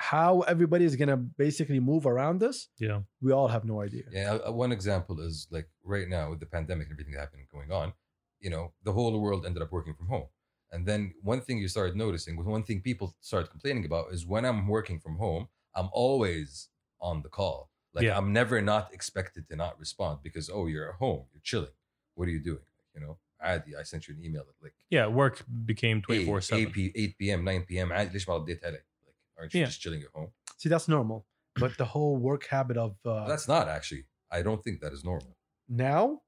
Speaker 3: how everybody is gonna basically move around this,
Speaker 2: Yeah.
Speaker 3: we all have no idea.
Speaker 1: Yeah, uh, uh, one example is like right now with the pandemic and everything that happened going on, you know, the whole world ended up working from home. And then one thing you started noticing, with one thing people started complaining about is when I'm working from home, I'm always on the call. Like
Speaker 2: Yeah.
Speaker 1: I'm never not expected to not respond because oh, you're at home, you're chilling. What are you doing? You know, عادي, I sent you an email at like
Speaker 2: Yeah. Work became
Speaker 1: 8,
Speaker 2: 24 7.
Speaker 1: 8, p- 8 p.m., 9 p.m. عادي, ليش ما رديت علي? Like, aren't you
Speaker 2: Yeah.
Speaker 1: just chilling at home?
Speaker 3: See, that's normal. But the whole work habit of uh,
Speaker 1: That's not actually. I don't think that is normal.
Speaker 3: now,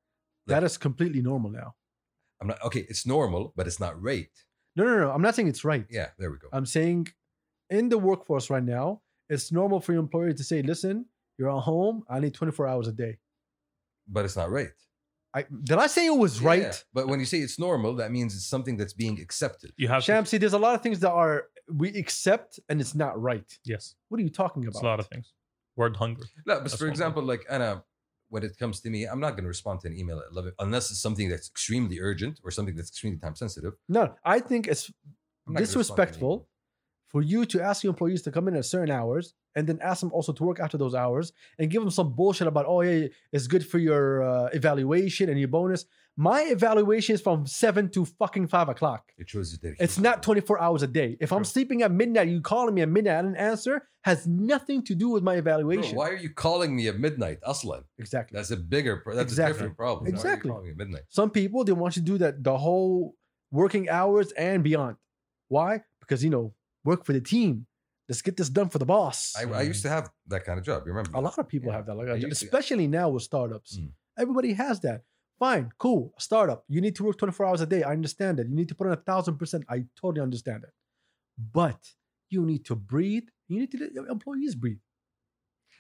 Speaker 3: that is completely normal now.
Speaker 1: I'm not okay. It's normal, but it's not right.
Speaker 3: No, no, no. I'm not saying it's right.
Speaker 1: Yeah, there we go.
Speaker 3: I'm saying in the workforce right now, it's normal for your employer to say, listen, you're at home. I need 24 hours a day.
Speaker 1: but it's not right.
Speaker 3: I, did I say it was
Speaker 1: Yeah,
Speaker 3: right?
Speaker 1: But when you say it's normal, that means it's something that's being accepted.
Speaker 2: You have
Speaker 3: Sham,
Speaker 2: to.
Speaker 3: see, there's a lot of things that are we accept and it's not right.
Speaker 2: Yes.
Speaker 3: What are you talking about?
Speaker 2: It's a lot of things. Word hungry.
Speaker 1: No, but
Speaker 2: That's
Speaker 1: for
Speaker 2: one
Speaker 1: example, like Anna, when it comes to me, I'm not going to respond to an email at 11 unless it's something that's extremely urgent or something that's extremely time sensitive.
Speaker 3: No, I think it's
Speaker 1: I'm not gonna respond to an
Speaker 3: disrespectful for you to ask your employees to come in at certain hours and then ask them also to work after those hours and give them some bullshit about oh yeah it's good for your uh, evaluation and your bonus my evaluation is from 7 to fucking 5 o'clock
Speaker 1: It shows that they're
Speaker 3: it's
Speaker 1: human.
Speaker 3: not 24 hours a day if i'm
Speaker 2: True.
Speaker 3: sleeping at midnight you calling me at midnight and an answer has nothing to do with my
Speaker 1: Bro,
Speaker 3: evaluation
Speaker 1: why are you calling me at midnight, Aslan?
Speaker 3: exactly
Speaker 1: That's a bigger, pro- that's
Speaker 3: Exactly.
Speaker 1: a different problem. Why are you
Speaker 3: Exactly.
Speaker 1: calling me at midnight?
Speaker 3: some people they want you to do that the whole working hours and beyond why because you know work for the team let's get this done for the boss
Speaker 1: I, I used to have that kind of job. You remember?
Speaker 3: A lot of people
Speaker 1: Yeah.
Speaker 3: have that, like,
Speaker 1: I used to-
Speaker 3: especially now with startups.
Speaker 1: Mm.
Speaker 3: Everybody has that. Fine, cool. A startup, you need to work 24 hours a day. I understand that. You need to put in a thousand percent. I totally understand that. But you need to breathe. You need to let your employees breathe.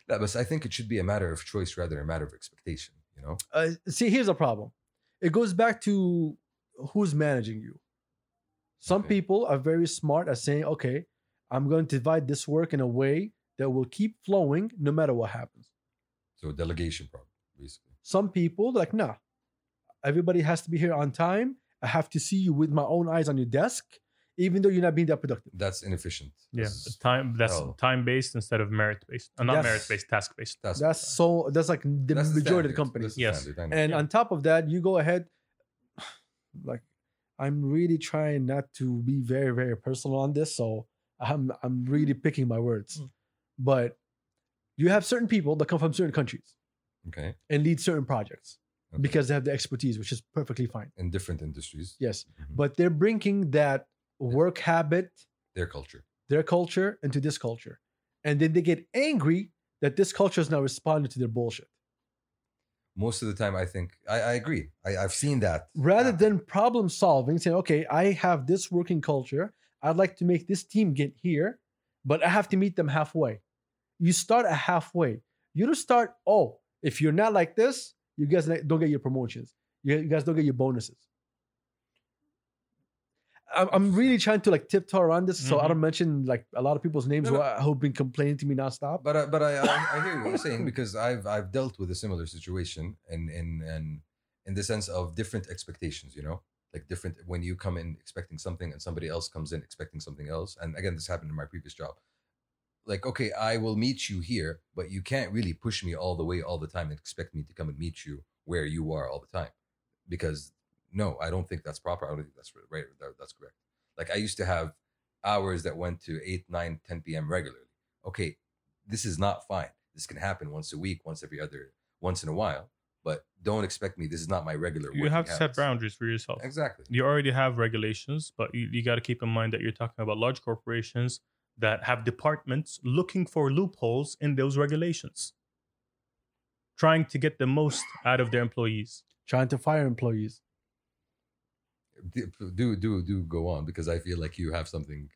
Speaker 1: No, but I think it should be a matter of choice rather than a matter of expectation. You know,
Speaker 3: Uh, see, here's a problem. It goes back to who's managing you. Some
Speaker 1: Okay.
Speaker 3: people are very smart at saying, okay, I'm going to divide this work in a way that will keep flowing no matter what happens.
Speaker 1: so delegation problem basically.
Speaker 3: some people like nah everybody has to be here on time i have to see you with my own eyes on your desk even though you're not being that productive
Speaker 1: That's inefficient.
Speaker 2: Yeah.
Speaker 1: This is-
Speaker 2: Time. That's
Speaker 1: Oh.
Speaker 2: time based instead of merit based. Uh, not
Speaker 3: Yes.
Speaker 2: merit based, task based.
Speaker 1: that's
Speaker 3: that's so that's like the
Speaker 1: That's
Speaker 3: majority of the
Speaker 1: standard.
Speaker 3: companies
Speaker 1: That's the
Speaker 2: Yes.
Speaker 1: standard, I know.
Speaker 3: and on top of that you go ahead like i'm really trying not to be very very personal on this so i'm i'm really picking my words but you have certain people that come from certain countries
Speaker 1: okay.
Speaker 3: and lead certain projects
Speaker 1: okay.
Speaker 3: because they have the expertise which is perfectly fine
Speaker 1: in different industries,
Speaker 3: yes
Speaker 1: Mhm.
Speaker 3: but they're bringing that work habit
Speaker 1: their culture.
Speaker 3: their culture into this culture. And then they get angry that this culture is now responding to their bullshit.
Speaker 1: Most of the time, I think I, I agree. I, I've seen that
Speaker 3: Rather
Speaker 1: happen.
Speaker 3: than problem solving, saying, okay, I have this working culture. I'd like to make this team get here, but I have to meet them halfway. You start at halfway. You don't start, oh, if you're not like this, you guys don't get your promotions. You you guys don't get your bonuses. I'm I'm really trying to like tiptoe around this so I
Speaker 2: Mhm.
Speaker 3: don't mention like a lot of people's names
Speaker 1: Mm-hmm. No, no.
Speaker 3: who I- who've been complaining to me nonstop.
Speaker 1: But I, but I, I, I hear what you're saying because I've I've dealt with a similar situation in in in in the sense of different expectations. You know, like different when you come in expecting something and somebody else comes in expecting something else. And again, this happened in my previous job. Like, okay, I will meet you here, but you can't really push me all the way all the time and expect me to come and meet you where you are all the time, because no, I don't think that's proper. I don't think that's right. that- That's correct. Like I used to have hours that went to 8, 9, 10 p.m. regularly. Okay, this is not fine. This can happen once a week, once every other, once in a while. But don't expect me. This is not my regular.
Speaker 2: You
Speaker 1: working
Speaker 2: have to set
Speaker 1: habits.
Speaker 2: boundaries for yourself.
Speaker 1: Exactly.
Speaker 2: you already have regulations, but you, you got to keep in mind that you're talking about large corporations that have departments looking for loopholes in those regulations, trying to get the most out of their employees.
Speaker 3: trying to fire employees.
Speaker 1: Do do do go on because I feel like you have something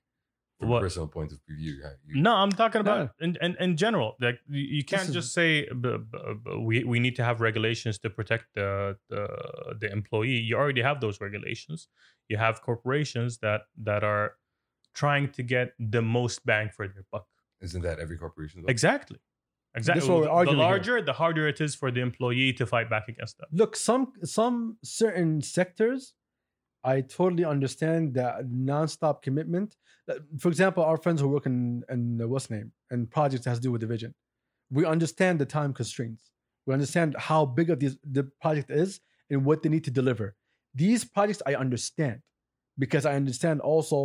Speaker 1: from
Speaker 2: What?
Speaker 1: a personal point of view. yeah, You,
Speaker 2: No, I'm talking about in, in, in general. Like you, you can't
Speaker 3: is-
Speaker 2: just say "B- b- b- we we need to have regulations to protect the, the the employee. You already have those regulations. You have corporations that that are trying to get the most bang for their buck.
Speaker 1: Isn't that every corporation? though?
Speaker 2: Exactly. Exactly.
Speaker 3: what we're
Speaker 2: The
Speaker 3: arguing here.
Speaker 2: larger, the harder it is for the employee to fight back against that.
Speaker 3: look some some certain sectors i totally understand that nonstop commitment Uh, for example our friends who work in in uh, what's name and projects that has to do with division we understand the time constraints we understand how big of these the project is and what they need to deliver these projects i understand because i understand also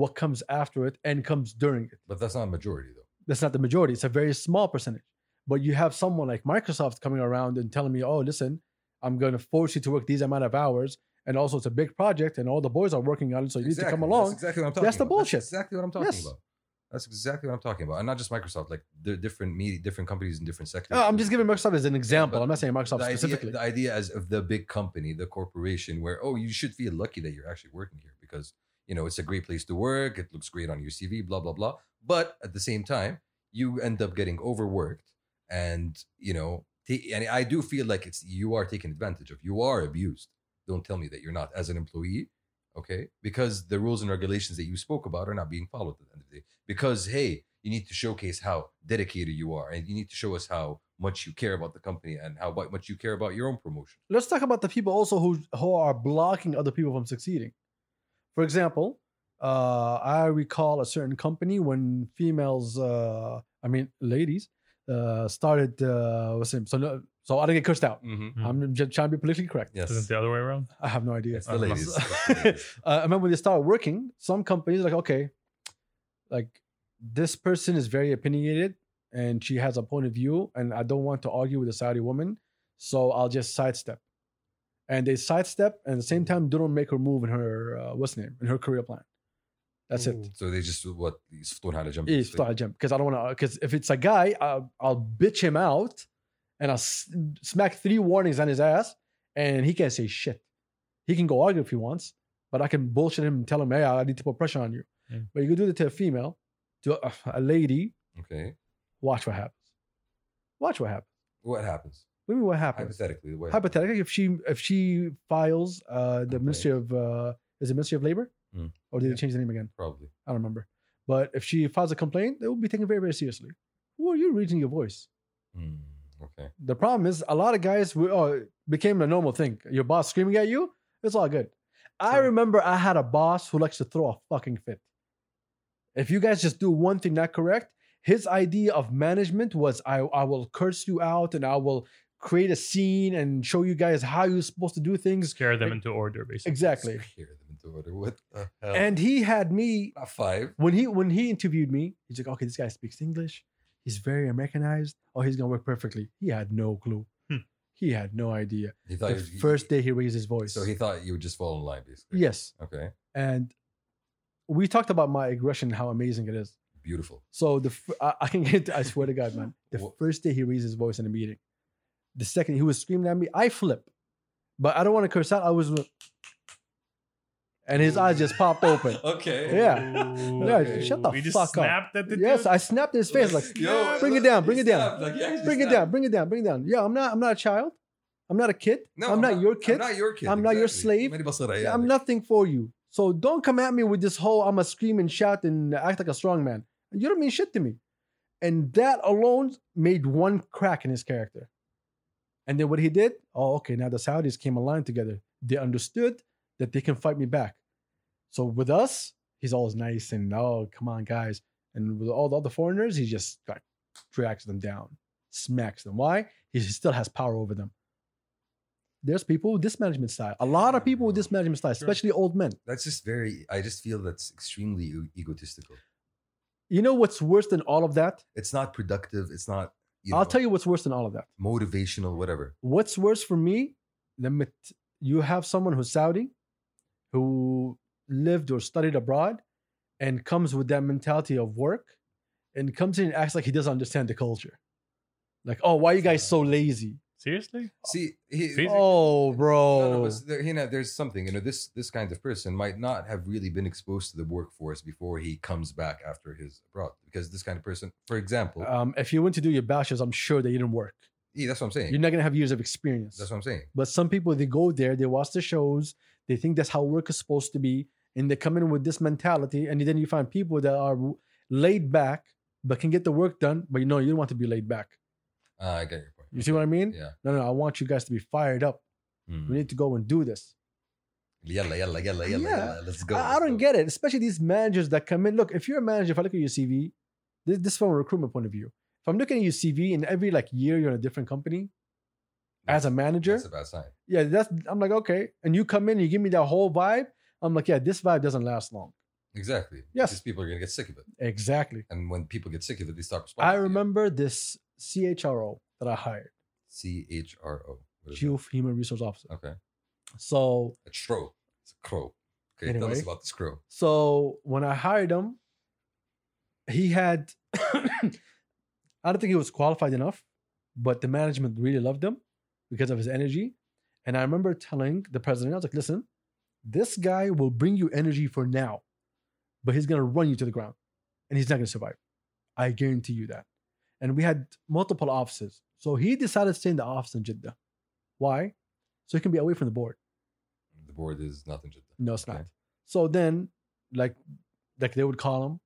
Speaker 3: what comes after it and comes during it
Speaker 1: But that's not a majority though.
Speaker 3: that's not the majority. It's a very small percentage. But you have someone like Microsoft coming around and telling me, oh, listen, I'm going to force you to work these amount of hours. And also, it's a big project and all the boys are working on it. So you need to come
Speaker 1: Exactly.
Speaker 3: along.
Speaker 1: That's exactly what I'm talking
Speaker 3: That's the
Speaker 1: about.
Speaker 3: bullshit.
Speaker 1: exactly what I'm talking
Speaker 3: Yes.
Speaker 1: about. That's exactly what I'm talking about. And not just Microsoft, like the different media, different companies in different sectors.
Speaker 3: Uh, I'm just giving Microsoft as an example.
Speaker 1: but
Speaker 3: I'm not saying Microsoft
Speaker 1: the idea,
Speaker 3: specifically.
Speaker 1: The idea as of the big company, the corporation, where oh, you should feel lucky that you're actually working here because you know it's a great place to work. It looks great on your CV, blah blah blah. But at the same time, you end up getting overworked, and you know, ta- and I do feel like it's you are taken advantage of. You are abused. Don't tell me that you're not as an employee, okay? Because the rules and regulations that you spoke about are not being followed at the end of the day. Because hey, you need to showcase how dedicated you are, and you need to show us how much you care about the company and how bu- much you care about your own promotion.
Speaker 3: Let's talk about the people also who, who are blocking other people from succeeding. For example, uh, I recall a certain company when females, uh, I mean, ladies, uh, started, uh, what's it? So, no, so I don't get cursed out.
Speaker 1: Mm-hmm.
Speaker 2: Mhm.
Speaker 3: I'm just trying to be politically correct.
Speaker 2: Isn't it
Speaker 1: Yes,
Speaker 2: the other way around?
Speaker 3: I have no idea. Um,
Speaker 1: it's the ladies.
Speaker 3: uh, I remember when they started working, some companies like, okay, like this person is very opinionated and she has a point of view, and I don't want to argue with a Saudi woman, so I'll just sidestep. And they sidestep, and at the same
Speaker 1: Mm.
Speaker 3: time, they don't make her move in her uh, what's name in her career plan. That's it.
Speaker 1: so they just what يسفطون على جنب.
Speaker 3: Yeah, start a gym because I don't want to. Because if it's a guy, I'll, I'll bitch him out, and I'll s- smack three warnings on his ass, and he can't say shit. He can go argue if he wants, but I can bullshit him and tell him, "Hey, I need to put pressure on you."
Speaker 2: Yeah.
Speaker 3: But you can do that to a female, to a, a lady.
Speaker 1: Okay,
Speaker 3: Watch what happens. Watch what happens.
Speaker 1: what happens
Speaker 3: What do you mean? What happens?
Speaker 1: hypothetically? What
Speaker 3: Hypothetically, if she if she files uh, the
Speaker 1: Complaint.
Speaker 3: Ministry of uh, is it Ministry of Labor,
Speaker 1: Mm.
Speaker 3: or did
Speaker 1: Yeah.
Speaker 3: they change the name again?
Speaker 1: Probably.
Speaker 3: I don't remember. But if she files a complaint, it will be taken very, very seriously. Who are you raising your voice?
Speaker 1: Mm, okay.
Speaker 3: The problem is a lot of guys we, oh, became a normal thing. Your boss screaming at you, it's all good. I
Speaker 2: Sure.
Speaker 3: remember I had a boss who likes to throw a fucking fit. If you guys just do one thing not correct, his idea of management was I, I will curse you out and I will create a scene and show you guys how you're supposed to do things.
Speaker 2: Scare them into order, basically.
Speaker 3: Exactly.
Speaker 1: Scare them into order. What the hell?
Speaker 3: And he had me
Speaker 1: not five.
Speaker 3: when he when he interviewed me, he's like, okay, this guy speaks English. He's very Americanized. Oh, he's gonna work perfectly. He had no clue.
Speaker 2: Hmm.
Speaker 3: He had no idea.
Speaker 1: He
Speaker 3: The
Speaker 1: thought you-
Speaker 3: first day he raised his voice.
Speaker 1: So he thought you would just fall in line, basically.
Speaker 3: yes,
Speaker 1: Okay.
Speaker 3: and we talked about my aggression, and how amazing it is.
Speaker 1: Beautiful.
Speaker 3: So the f- I, I can get. I swear to God, man. The
Speaker 1: Wha-
Speaker 3: first day he raised his voice in a meeting, the second he was screaming at me, I flip, but I don't want to curse out. I was, and his eyes just popped open.
Speaker 1: Okay.
Speaker 3: Yeah.
Speaker 2: Ooh.
Speaker 3: Yeah,
Speaker 1: Okay.
Speaker 3: shut the
Speaker 2: we just
Speaker 3: fuck up.
Speaker 2: snapped at the
Speaker 3: Yes,
Speaker 2: dude?
Speaker 3: I snapped in his face like.
Speaker 1: Yo,
Speaker 3: bring it
Speaker 1: look,
Speaker 3: down,
Speaker 1: he
Speaker 3: bring it down.
Speaker 1: snapped, like, yeah, he
Speaker 3: bring it
Speaker 1: snapped.
Speaker 3: down, bring it down, bring it down. Yeah, I'm not I'm not a child. I'm not a kid. I'm, not, your kid.
Speaker 1: I'm
Speaker 3: I'm,
Speaker 1: not your kid.
Speaker 3: I'm not your slave.
Speaker 1: ماني بصيرها يعني.
Speaker 3: nothing for you. So don't come at me with this whole I'm a scream and shout and act like a strong man. You don't mean shit to me. And that alone made one crack in his character. And then what he did, oh, okay, now the Saudis came aligned together. They understood that they can fight me back. So with us, he's always nice and oh, come on, guys. And with all the other foreigners, he just like drags them down, smacks them. Why? He still has power over them. There's people with this management style. A lot of people with this management style,
Speaker 2: Sure.
Speaker 3: especially old men.
Speaker 1: That's just very. I just feel that's extremely e- egotistical.
Speaker 3: You know what's worse than all of that?
Speaker 1: It's not productive. It's not. You
Speaker 3: I'll tell you what's worse than all of that.
Speaker 1: Motivational, whatever.
Speaker 3: what's worse for me limit you have someone who's saudi who lived or studied abroad and comes with that mentality of work and comes in and acts like he doesn't understand the culture like oh why are you guys so lazy
Speaker 2: Seriously?
Speaker 1: See, he,
Speaker 2: See?
Speaker 3: oh
Speaker 1: No, no,
Speaker 3: bro
Speaker 1: but there, you know, there's something. You know, this this kind of person might not have really been exposed to the workforce before he comes back after his abroad. Because this kind of person, for example,
Speaker 3: um, if you went to do your bachelor's i'm sure that you didn't work
Speaker 1: yeah, that's what I'm saying.
Speaker 3: you're not going to have years of experience
Speaker 1: that's what I'm saying.
Speaker 3: but some people they go there they watch the shows they think that's how work is supposed to be and they come in with this mentality and then you find people that are laid back but can get the work done. But you know, you don't want to be laid back.
Speaker 1: Ah, I get your point.
Speaker 3: You see what I mean?
Speaker 1: Yeah.
Speaker 3: No, no, I want you guys to be fired up.
Speaker 1: Mm.
Speaker 3: We need to go and do this.
Speaker 1: Yalla, yalla, yalla, yalla,
Speaker 3: Yeah.
Speaker 1: yalla. Let's go.
Speaker 3: I, I
Speaker 1: let's
Speaker 3: don't
Speaker 1: go.
Speaker 3: get it, especially these managers that come in. Look, if you're a manager, if I look at your CV, this, this is from a recruitment point of view. If I'm looking at your CV and every like year you're in a different company as a manager,
Speaker 1: That's a bad sign.
Speaker 3: yeah, that's I'm like okay. And you come in, you give me that whole vibe. I'm like, yeah, this vibe doesn't last long.
Speaker 1: Exactly.
Speaker 3: Yes.
Speaker 1: These people are gonna get sick of it,
Speaker 3: Exactly.
Speaker 1: and when people get sick of it, they stop responding.
Speaker 3: I
Speaker 1: to you.
Speaker 3: remember this CHRO that I hired,
Speaker 1: C H R O. What is
Speaker 3: Chief Human Resource Officer.
Speaker 1: that? Okay.
Speaker 3: So,
Speaker 1: A crow. It's a crow. Okay. Tell us
Speaker 3: Anyway.
Speaker 1: about this crow.
Speaker 3: so when I hired him, he had. I don't think he was qualified enough, but the management really loved him because of his energy. And I remember telling the president, I was like, "Listen, this guy will bring you energy for now, but he's gonna run you to the ground, and he's not gonna survive. I guarantee you that." And we had multiple offices, so he decided to stay in the office in Jeddah. Why? So he can be away from the board.
Speaker 1: The board is nothing.
Speaker 3: No, it's not.
Speaker 1: Okay.
Speaker 3: So then, like, like they would call him,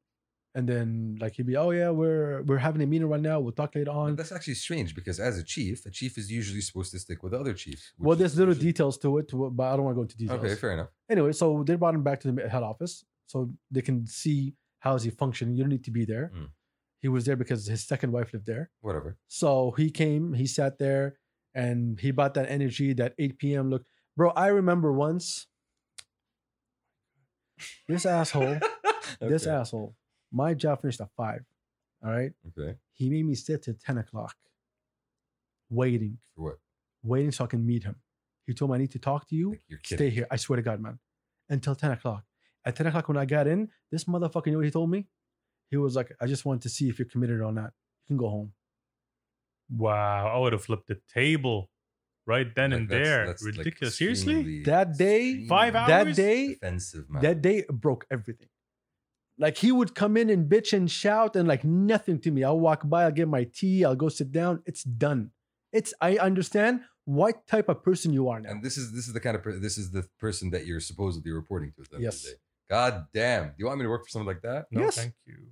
Speaker 3: and then like he'd be, "Oh yeah, we're we're having a meeting right now. We'll talk later on."
Speaker 1: That's actually strange because as a chief, a chief is usually supposed to stick with the other chiefs. which
Speaker 3: Well,
Speaker 1: is
Speaker 3: there's little
Speaker 1: usually-
Speaker 3: details to it, wh- but I don't want to go into details.
Speaker 1: Okay, fair enough.
Speaker 3: Anyway, so they brought him back to the head office so they can see how is he functioning. You don't need to be there.
Speaker 1: Mm.
Speaker 3: He was there because his second wife lived there.
Speaker 1: Whatever.
Speaker 3: So he came, he sat there, and he brought that energy, that 8 p.m. look. Bro, I remember once this asshole, this
Speaker 1: Okay.
Speaker 3: asshole, my job finished at five. All right.
Speaker 1: Okay.
Speaker 3: He made me sit till 10 o'clock, waiting,
Speaker 1: For what?
Speaker 3: waiting so I can meet him. He told me, I need to talk to you.
Speaker 1: Like you're kidding.
Speaker 3: Stay here. I swear to God, man. Until 10 o'clock. At 10 o'clock, when I got in, this motherfucker, you know what he told me? He was like, I just wanted to see if you're committed or not. You can go home.
Speaker 2: Wow, I would have flipped the table right then
Speaker 1: Like,
Speaker 2: and
Speaker 1: that's-
Speaker 2: there.
Speaker 1: that's, like,
Speaker 2: Ridiculous. Seriously?
Speaker 1: extremely-
Speaker 3: That day,
Speaker 2: Five
Speaker 1: extremely
Speaker 3: that
Speaker 2: hours?
Speaker 3: day,
Speaker 1: Offensive, man.
Speaker 3: that day it broke everything. Like he would come in and bitch and shout and like nothing to me. I'll walk by, I'll get my tea, I'll go sit down. It's done. It's I understand what type of person you are now.
Speaker 1: And this is this is the kind of per- this is the person that you're supposedly reporting to. At the end
Speaker 3: Yes.
Speaker 1: Of the day. God damn. Do you want me to work for someone like that?
Speaker 2: No,
Speaker 3: Yes.
Speaker 2: thank you.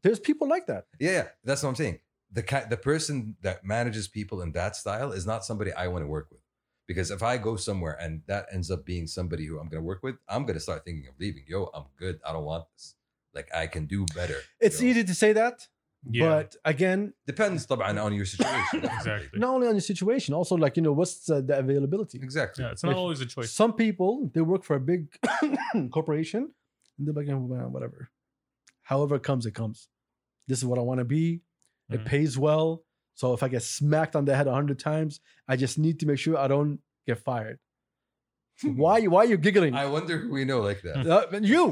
Speaker 3: There's people like that.
Speaker 1: Yeah, yeah, that's what I'm saying. The ki- the person that manages people in that style is not somebody I want to work with. Because if I go somewhere and that ends up being somebody who I'm going to work with, I'm going to start thinking of leaving. Yo, I'm good. I don't want this. Like I can do better.
Speaker 3: It's
Speaker 1: yo.
Speaker 3: easy to say that,
Speaker 2: Yeah.
Speaker 3: but again,
Speaker 1: Depends طبعاً, on your situation.
Speaker 2: Exactly.
Speaker 3: not only on the situation, also like you know what's uh, the availability.
Speaker 1: Exactly.
Speaker 2: yeah, it's not
Speaker 3: if-
Speaker 2: always a choice.
Speaker 3: Some people they work for a big corporation and they're like, "Oh, well, whatever. However it comes, it comes. This is what I want to be. It
Speaker 2: Mhm.
Speaker 3: pays well. So if I get smacked on the head a hundred times, I just need to make sure I don't get fired. why? Why are you giggling?
Speaker 1: I wonder who we know like that.
Speaker 3: Uh, you.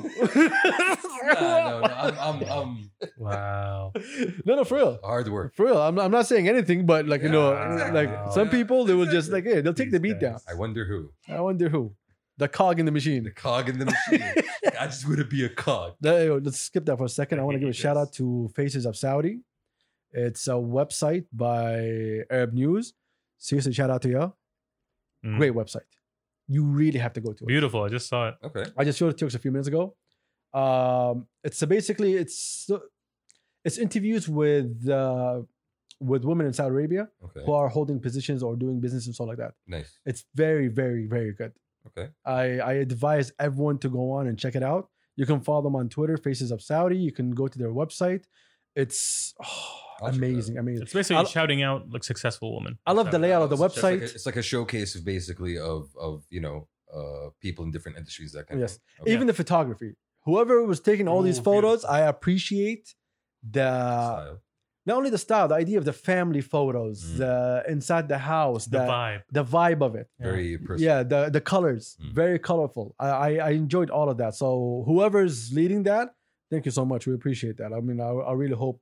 Speaker 1: Nah, no, no, I'm, I'm, I'm
Speaker 2: Wow.
Speaker 3: no, no, for real.
Speaker 1: hard work.
Speaker 3: For real, I'm, I'm not saying anything, but like you know,
Speaker 1: Yeah, exactly.
Speaker 3: like some people, they will just like, hey, they'll take the
Speaker 2: These
Speaker 3: beat down.
Speaker 2: guys.
Speaker 1: I wonder who.
Speaker 3: I wonder who, the cog in the
Speaker 1: The
Speaker 3: machine.
Speaker 1: cog in the machine. I just want to be a cog.
Speaker 3: That- yo, let's skip that for a second. I,
Speaker 2: I
Speaker 3: want to
Speaker 2: hate
Speaker 3: give a
Speaker 2: this.
Speaker 3: shout out to Faces of Saudi. It's a website by Arab News. Seriously, shout out to y'all.
Speaker 2: Mm.
Speaker 3: Great website. You really have to go to it.
Speaker 2: Beautiful. I just saw it.
Speaker 1: Okay.
Speaker 3: I just showed it to you a few minutes ago. Um, it's a basically it's it's interviews with uh, with women in Saudi Arabia
Speaker 1: Okay.
Speaker 3: who are holding positions or doing business and stuff like that.
Speaker 1: Nice.
Speaker 3: It's very, very, very good.
Speaker 1: Okay.
Speaker 3: I, I advise everyone to go on and check it out. You can follow them on Twitter, Faces of Saudi. You can go to their website. It's oh,
Speaker 1: I'll check it out.
Speaker 3: amazing. Amazing.
Speaker 2: It's basically
Speaker 3: I'll-
Speaker 2: shouting out like successful woman.
Speaker 3: I love the layout of the
Speaker 1: It's like a-
Speaker 3: website.
Speaker 1: it's like a showcase of basically of of you know uh people in different industries that kind
Speaker 3: Yes.
Speaker 1: of thing. Okay.
Speaker 3: Even the photography. Whoever was taking all these
Speaker 2: Ooh,
Speaker 3: photos,
Speaker 2: beautiful.
Speaker 3: I appreciate the
Speaker 1: Style.
Speaker 3: not only the style, the idea of the family photos,
Speaker 1: Mm.
Speaker 3: the inside the house,
Speaker 2: The
Speaker 3: the the vibe,
Speaker 2: vibe.
Speaker 3: of it.
Speaker 1: very personal.
Speaker 3: Yeah, the the colors,
Speaker 1: Mm.
Speaker 3: very colorful. I, I I enjoyed all of that. So whoever's leading that, thank you so much. We appreciate that. I mean, I, I really hope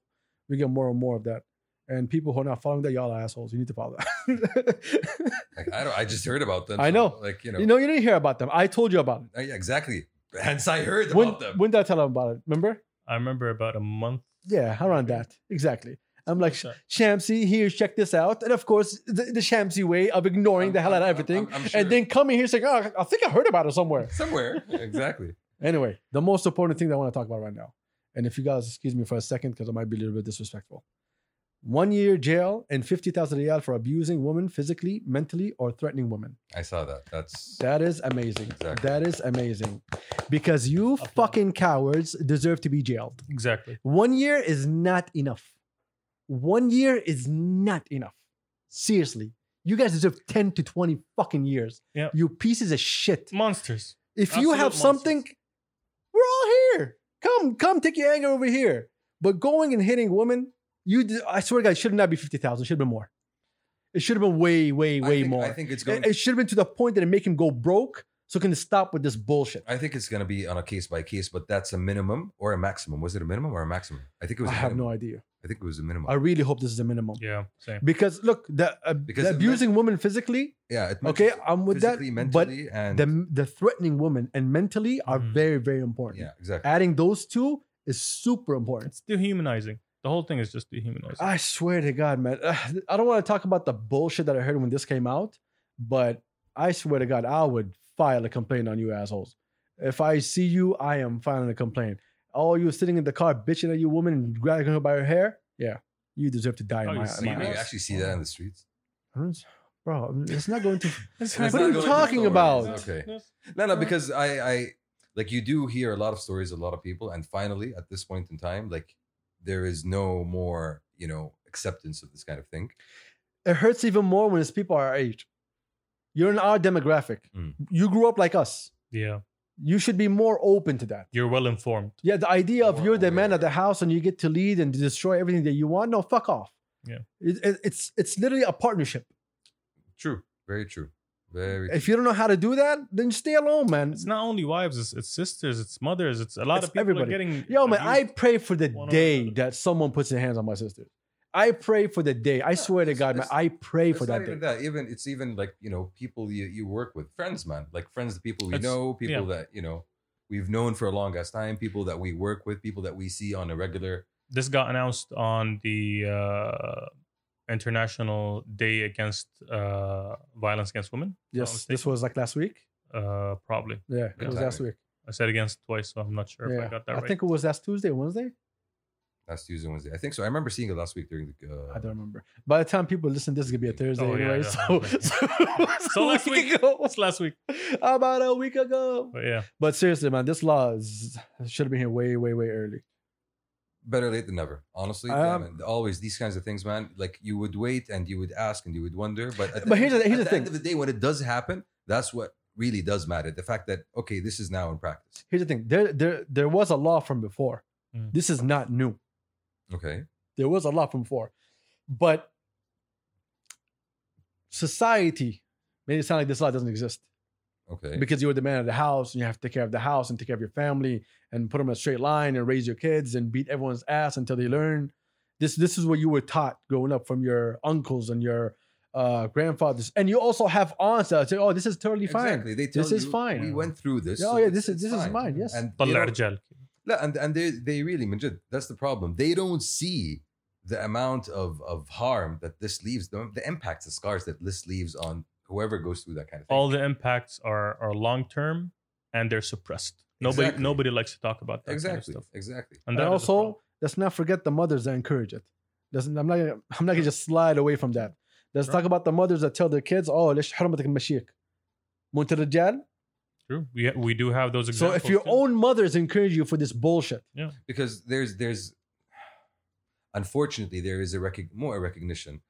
Speaker 3: we get more and more of that. And people who are not following that, y'all are assholes. You need to follow that.
Speaker 1: Like, I don't. I just heard about them.
Speaker 3: I
Speaker 1: so,
Speaker 3: know.
Speaker 1: Like you know.
Speaker 3: you know, you didn't hear about them. I told you about it.
Speaker 1: Uh, yeah, exactly. Hence, I heard
Speaker 3: When,
Speaker 1: about them.
Speaker 3: when did I tell them about it? Remember?
Speaker 2: I remember about a month.
Speaker 3: Yeah, around
Speaker 2: Maybe.
Speaker 3: that. Exactly. I'm like,
Speaker 2: Sorry.
Speaker 3: Shamsi, here, check this out. And of course, the, the Shamsi way of ignoring
Speaker 1: I'm-
Speaker 3: the hell out of
Speaker 1: I'm-
Speaker 3: everything.
Speaker 1: I'm- I'm sure.
Speaker 3: And then coming here saying, oh, I think I heard about it somewhere.
Speaker 1: somewhere. exactly.
Speaker 3: Anyway, the most important thing that I want to talk about right now And if you guys excuse me for a second, because I might be a little bit disrespectful. One year jail and 50,000 riyal for abusing women physically, mentally, or threatening women.
Speaker 1: I saw that. That's
Speaker 3: That is amazing.
Speaker 1: Exactly.
Speaker 3: That is amazing. Because you
Speaker 2: Applaud.
Speaker 3: fucking cowards deserve to be jailed.
Speaker 2: Exactly.
Speaker 3: One year is not enough. One year is not enough. Seriously. You guys deserve 10 to 20 fucking years.
Speaker 2: Yeah.
Speaker 3: You pieces of shit.
Speaker 2: Monsters.
Speaker 3: If you
Speaker 2: Absolute
Speaker 3: have something,
Speaker 2: monsters.
Speaker 3: we're all here. Come, come take your anger over here. But going and hitting women, you d- I swear to God, it should not be 50,000. It should have been more. It should have been way, way,
Speaker 1: I
Speaker 3: way
Speaker 1: think-
Speaker 3: more.
Speaker 1: I think it's going.
Speaker 3: it, it should have been to the point that it make him go broke so it can stop with this bullshit.
Speaker 1: I think it's going to be on a case by case, but that's a minimum or a maximum. Was it a minimum or a maximum? I think it
Speaker 3: I
Speaker 1: was. a
Speaker 3: have
Speaker 1: minimum.
Speaker 3: no idea.
Speaker 1: I think it was a minimum.
Speaker 3: I really hope this is the minimum.
Speaker 2: Yeah. Same.
Speaker 3: Because look, the, uh,
Speaker 1: Because
Speaker 3: the
Speaker 1: it
Speaker 3: abusing women physically,
Speaker 1: yeah. It
Speaker 3: okay,
Speaker 1: mentions
Speaker 3: I'm with that.
Speaker 1: physically,
Speaker 3: But
Speaker 1: mentally, and
Speaker 3: the the threatening women and mentally are
Speaker 2: Mm.
Speaker 3: very very important.
Speaker 1: yeah, exactly.
Speaker 3: Adding those two is super important.
Speaker 2: It's dehumanizing. The whole thing is just dehumanizing.
Speaker 3: I swear to God, man. I don't want to talk about the bullshit that I heard when this came out, but I swear to God, I would file a complaint on you assholes. If I see you, I am filing a complaint. Oh, you were sitting in the car bitching at your woman and grabbing her by her hair? Yeah. You deserve to die
Speaker 2: Oh,
Speaker 3: in
Speaker 2: you
Speaker 3: my,
Speaker 2: see
Speaker 1: Do
Speaker 3: my
Speaker 1: you
Speaker 2: me?
Speaker 3: house.
Speaker 1: actually see that in the streets?
Speaker 3: Bro, it's not going to.
Speaker 2: It's
Speaker 1: Let's not
Speaker 3: what are
Speaker 1: go
Speaker 3: you
Speaker 1: into
Speaker 3: talking
Speaker 1: stories.
Speaker 3: about?
Speaker 1: Okay. No, no, because I, I, like you do hear a lot of stories, a lot of people, and finally at this point in time, like there is no more, you know, acceptance of this kind of thing.
Speaker 3: It hurts even more when it's people our age. You're in our demographic.
Speaker 1: Mm.
Speaker 3: You grew up like us.
Speaker 2: Yeah.
Speaker 3: You should be more open to that.
Speaker 2: You're well informed.
Speaker 3: Yeah, the idea of
Speaker 1: More
Speaker 3: you're the man
Speaker 1: aware.
Speaker 3: of the house and you get to lead and destroy everything that you want. No, fuck off.
Speaker 2: Yeah.
Speaker 3: It, it- it's it's literally a partnership.
Speaker 1: True. Very true. Very.
Speaker 3: If you don't know how to do that, then stay alone, man.
Speaker 2: It's not only wives. It's, it's sisters. It's mothers. It's a lot
Speaker 3: It's
Speaker 2: of people
Speaker 3: everybody.
Speaker 2: are getting.
Speaker 3: Yo, man, I
Speaker 2: abused.
Speaker 3: pray for the
Speaker 2: One or
Speaker 3: day
Speaker 2: another.
Speaker 3: that someone puts their hands on my sister. I pray for the day. I swear to
Speaker 1: it's-
Speaker 3: God, man,
Speaker 1: it's-
Speaker 3: I pray
Speaker 1: It's
Speaker 3: for
Speaker 1: not
Speaker 3: that day.
Speaker 1: even that. Even it's even like you know people you, you work with, friends, man. Like friends, the people we
Speaker 2: It's-
Speaker 1: know, people that you know we've known for a long ass time, people that we work with, people that we see on a regular.
Speaker 2: This got announced on the uh, International Day Against uh, Violence Against Women. if I'm not
Speaker 3: Yes, this was like last week.
Speaker 2: mistaken. Uh, probably.
Speaker 3: Yeah, it was
Speaker 1: Exactly.
Speaker 3: last week.
Speaker 2: I said against twice, so I'm not sure if
Speaker 3: Yeah.
Speaker 2: I got that
Speaker 3: I
Speaker 2: right.
Speaker 3: think it was last Tuesday, Wednesday.
Speaker 1: Last Tuesday, Wednesday, I think so. I remember seeing it last week during the. Uh,
Speaker 3: I don't remember. By the time people listen, this is gonna be a Thursday
Speaker 2: Oh, yeah,
Speaker 3: anyway.
Speaker 2: yeah,
Speaker 3: so,
Speaker 2: okay.
Speaker 3: so,
Speaker 2: So last week-
Speaker 3: ago,
Speaker 2: It's last week.
Speaker 3: about a week ago.
Speaker 2: But yeah.
Speaker 3: But seriously, man, this law is, should have been here way, way, way early.
Speaker 1: better late than never. Honestly,
Speaker 3: Um,
Speaker 1: yeah, man. always these kinds of things, man. Like you would wait and you would ask and you would wonder, but at
Speaker 3: But here's the-
Speaker 1: at
Speaker 3: here's the
Speaker 1: end
Speaker 3: thing.
Speaker 1: of the day, when it does happen, that's what really does matter. The fact that okay, this is now in practice.
Speaker 3: Here's the thing: there, there, there was a law from before.
Speaker 2: Mm.
Speaker 3: This is not new.
Speaker 1: Okay,
Speaker 3: There was a law from before, but society made it sound like this law doesn't exist
Speaker 1: okay,
Speaker 3: because you were the man of the house and you have to take care of the house and take care of your family and put them in a straight line and raise your kids and beat everyone's ass until they learn. This, this is what you were taught growing up from your uncles and your uh, grandfathers, and you also have aunts that say, "Oh, this is totally fine."
Speaker 1: Exactly. They tell
Speaker 3: This is
Speaker 1: you,
Speaker 3: fine.
Speaker 1: We went through this.
Speaker 3: Yeah,
Speaker 1: so
Speaker 3: oh, yeah,
Speaker 1: it's-
Speaker 3: this is-
Speaker 1: it's
Speaker 3: this is mine, yes.
Speaker 1: And
Speaker 2: طلع
Speaker 1: you know,
Speaker 2: رجال.
Speaker 1: لا, and and they they really Majid, that's the problem. They don't see the amount of of harm that this leaves them, the impacts, the scars that this leaves on whoever goes through that kind of thing.
Speaker 2: All the impacts are are long term and they're suppressed. Nobody
Speaker 1: Exactly.
Speaker 2: nobody likes to talk about that
Speaker 1: exactly,
Speaker 2: kind of stuff.
Speaker 1: exactly.
Speaker 2: And,
Speaker 3: and
Speaker 2: that is a problem.
Speaker 3: also let's not forget the mothers that encourage it. Let's, I'm not gonna, I'm not gonna just slide away from that. Let's
Speaker 2: Sure.
Speaker 3: talk about the mothers that tell their kids, "Oh, ليش حرمتك المشيك." مو أنت رجال.
Speaker 2: True. We, we do have those
Speaker 3: So
Speaker 2: examples.
Speaker 3: if your
Speaker 2: too.
Speaker 3: own mothers encourage you for this bullshit,
Speaker 1: because there's there's unfortunately there is a recog- more a recognition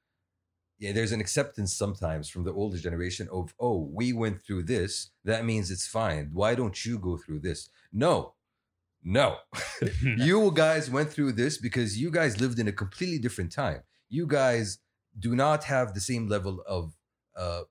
Speaker 1: yeah there's an acceptance sometimes from the older generation of oh we went through this that means it's fine why don't you go through this no no you guys went through this because you guys lived in a completely different time you guys do not have the same level of uh,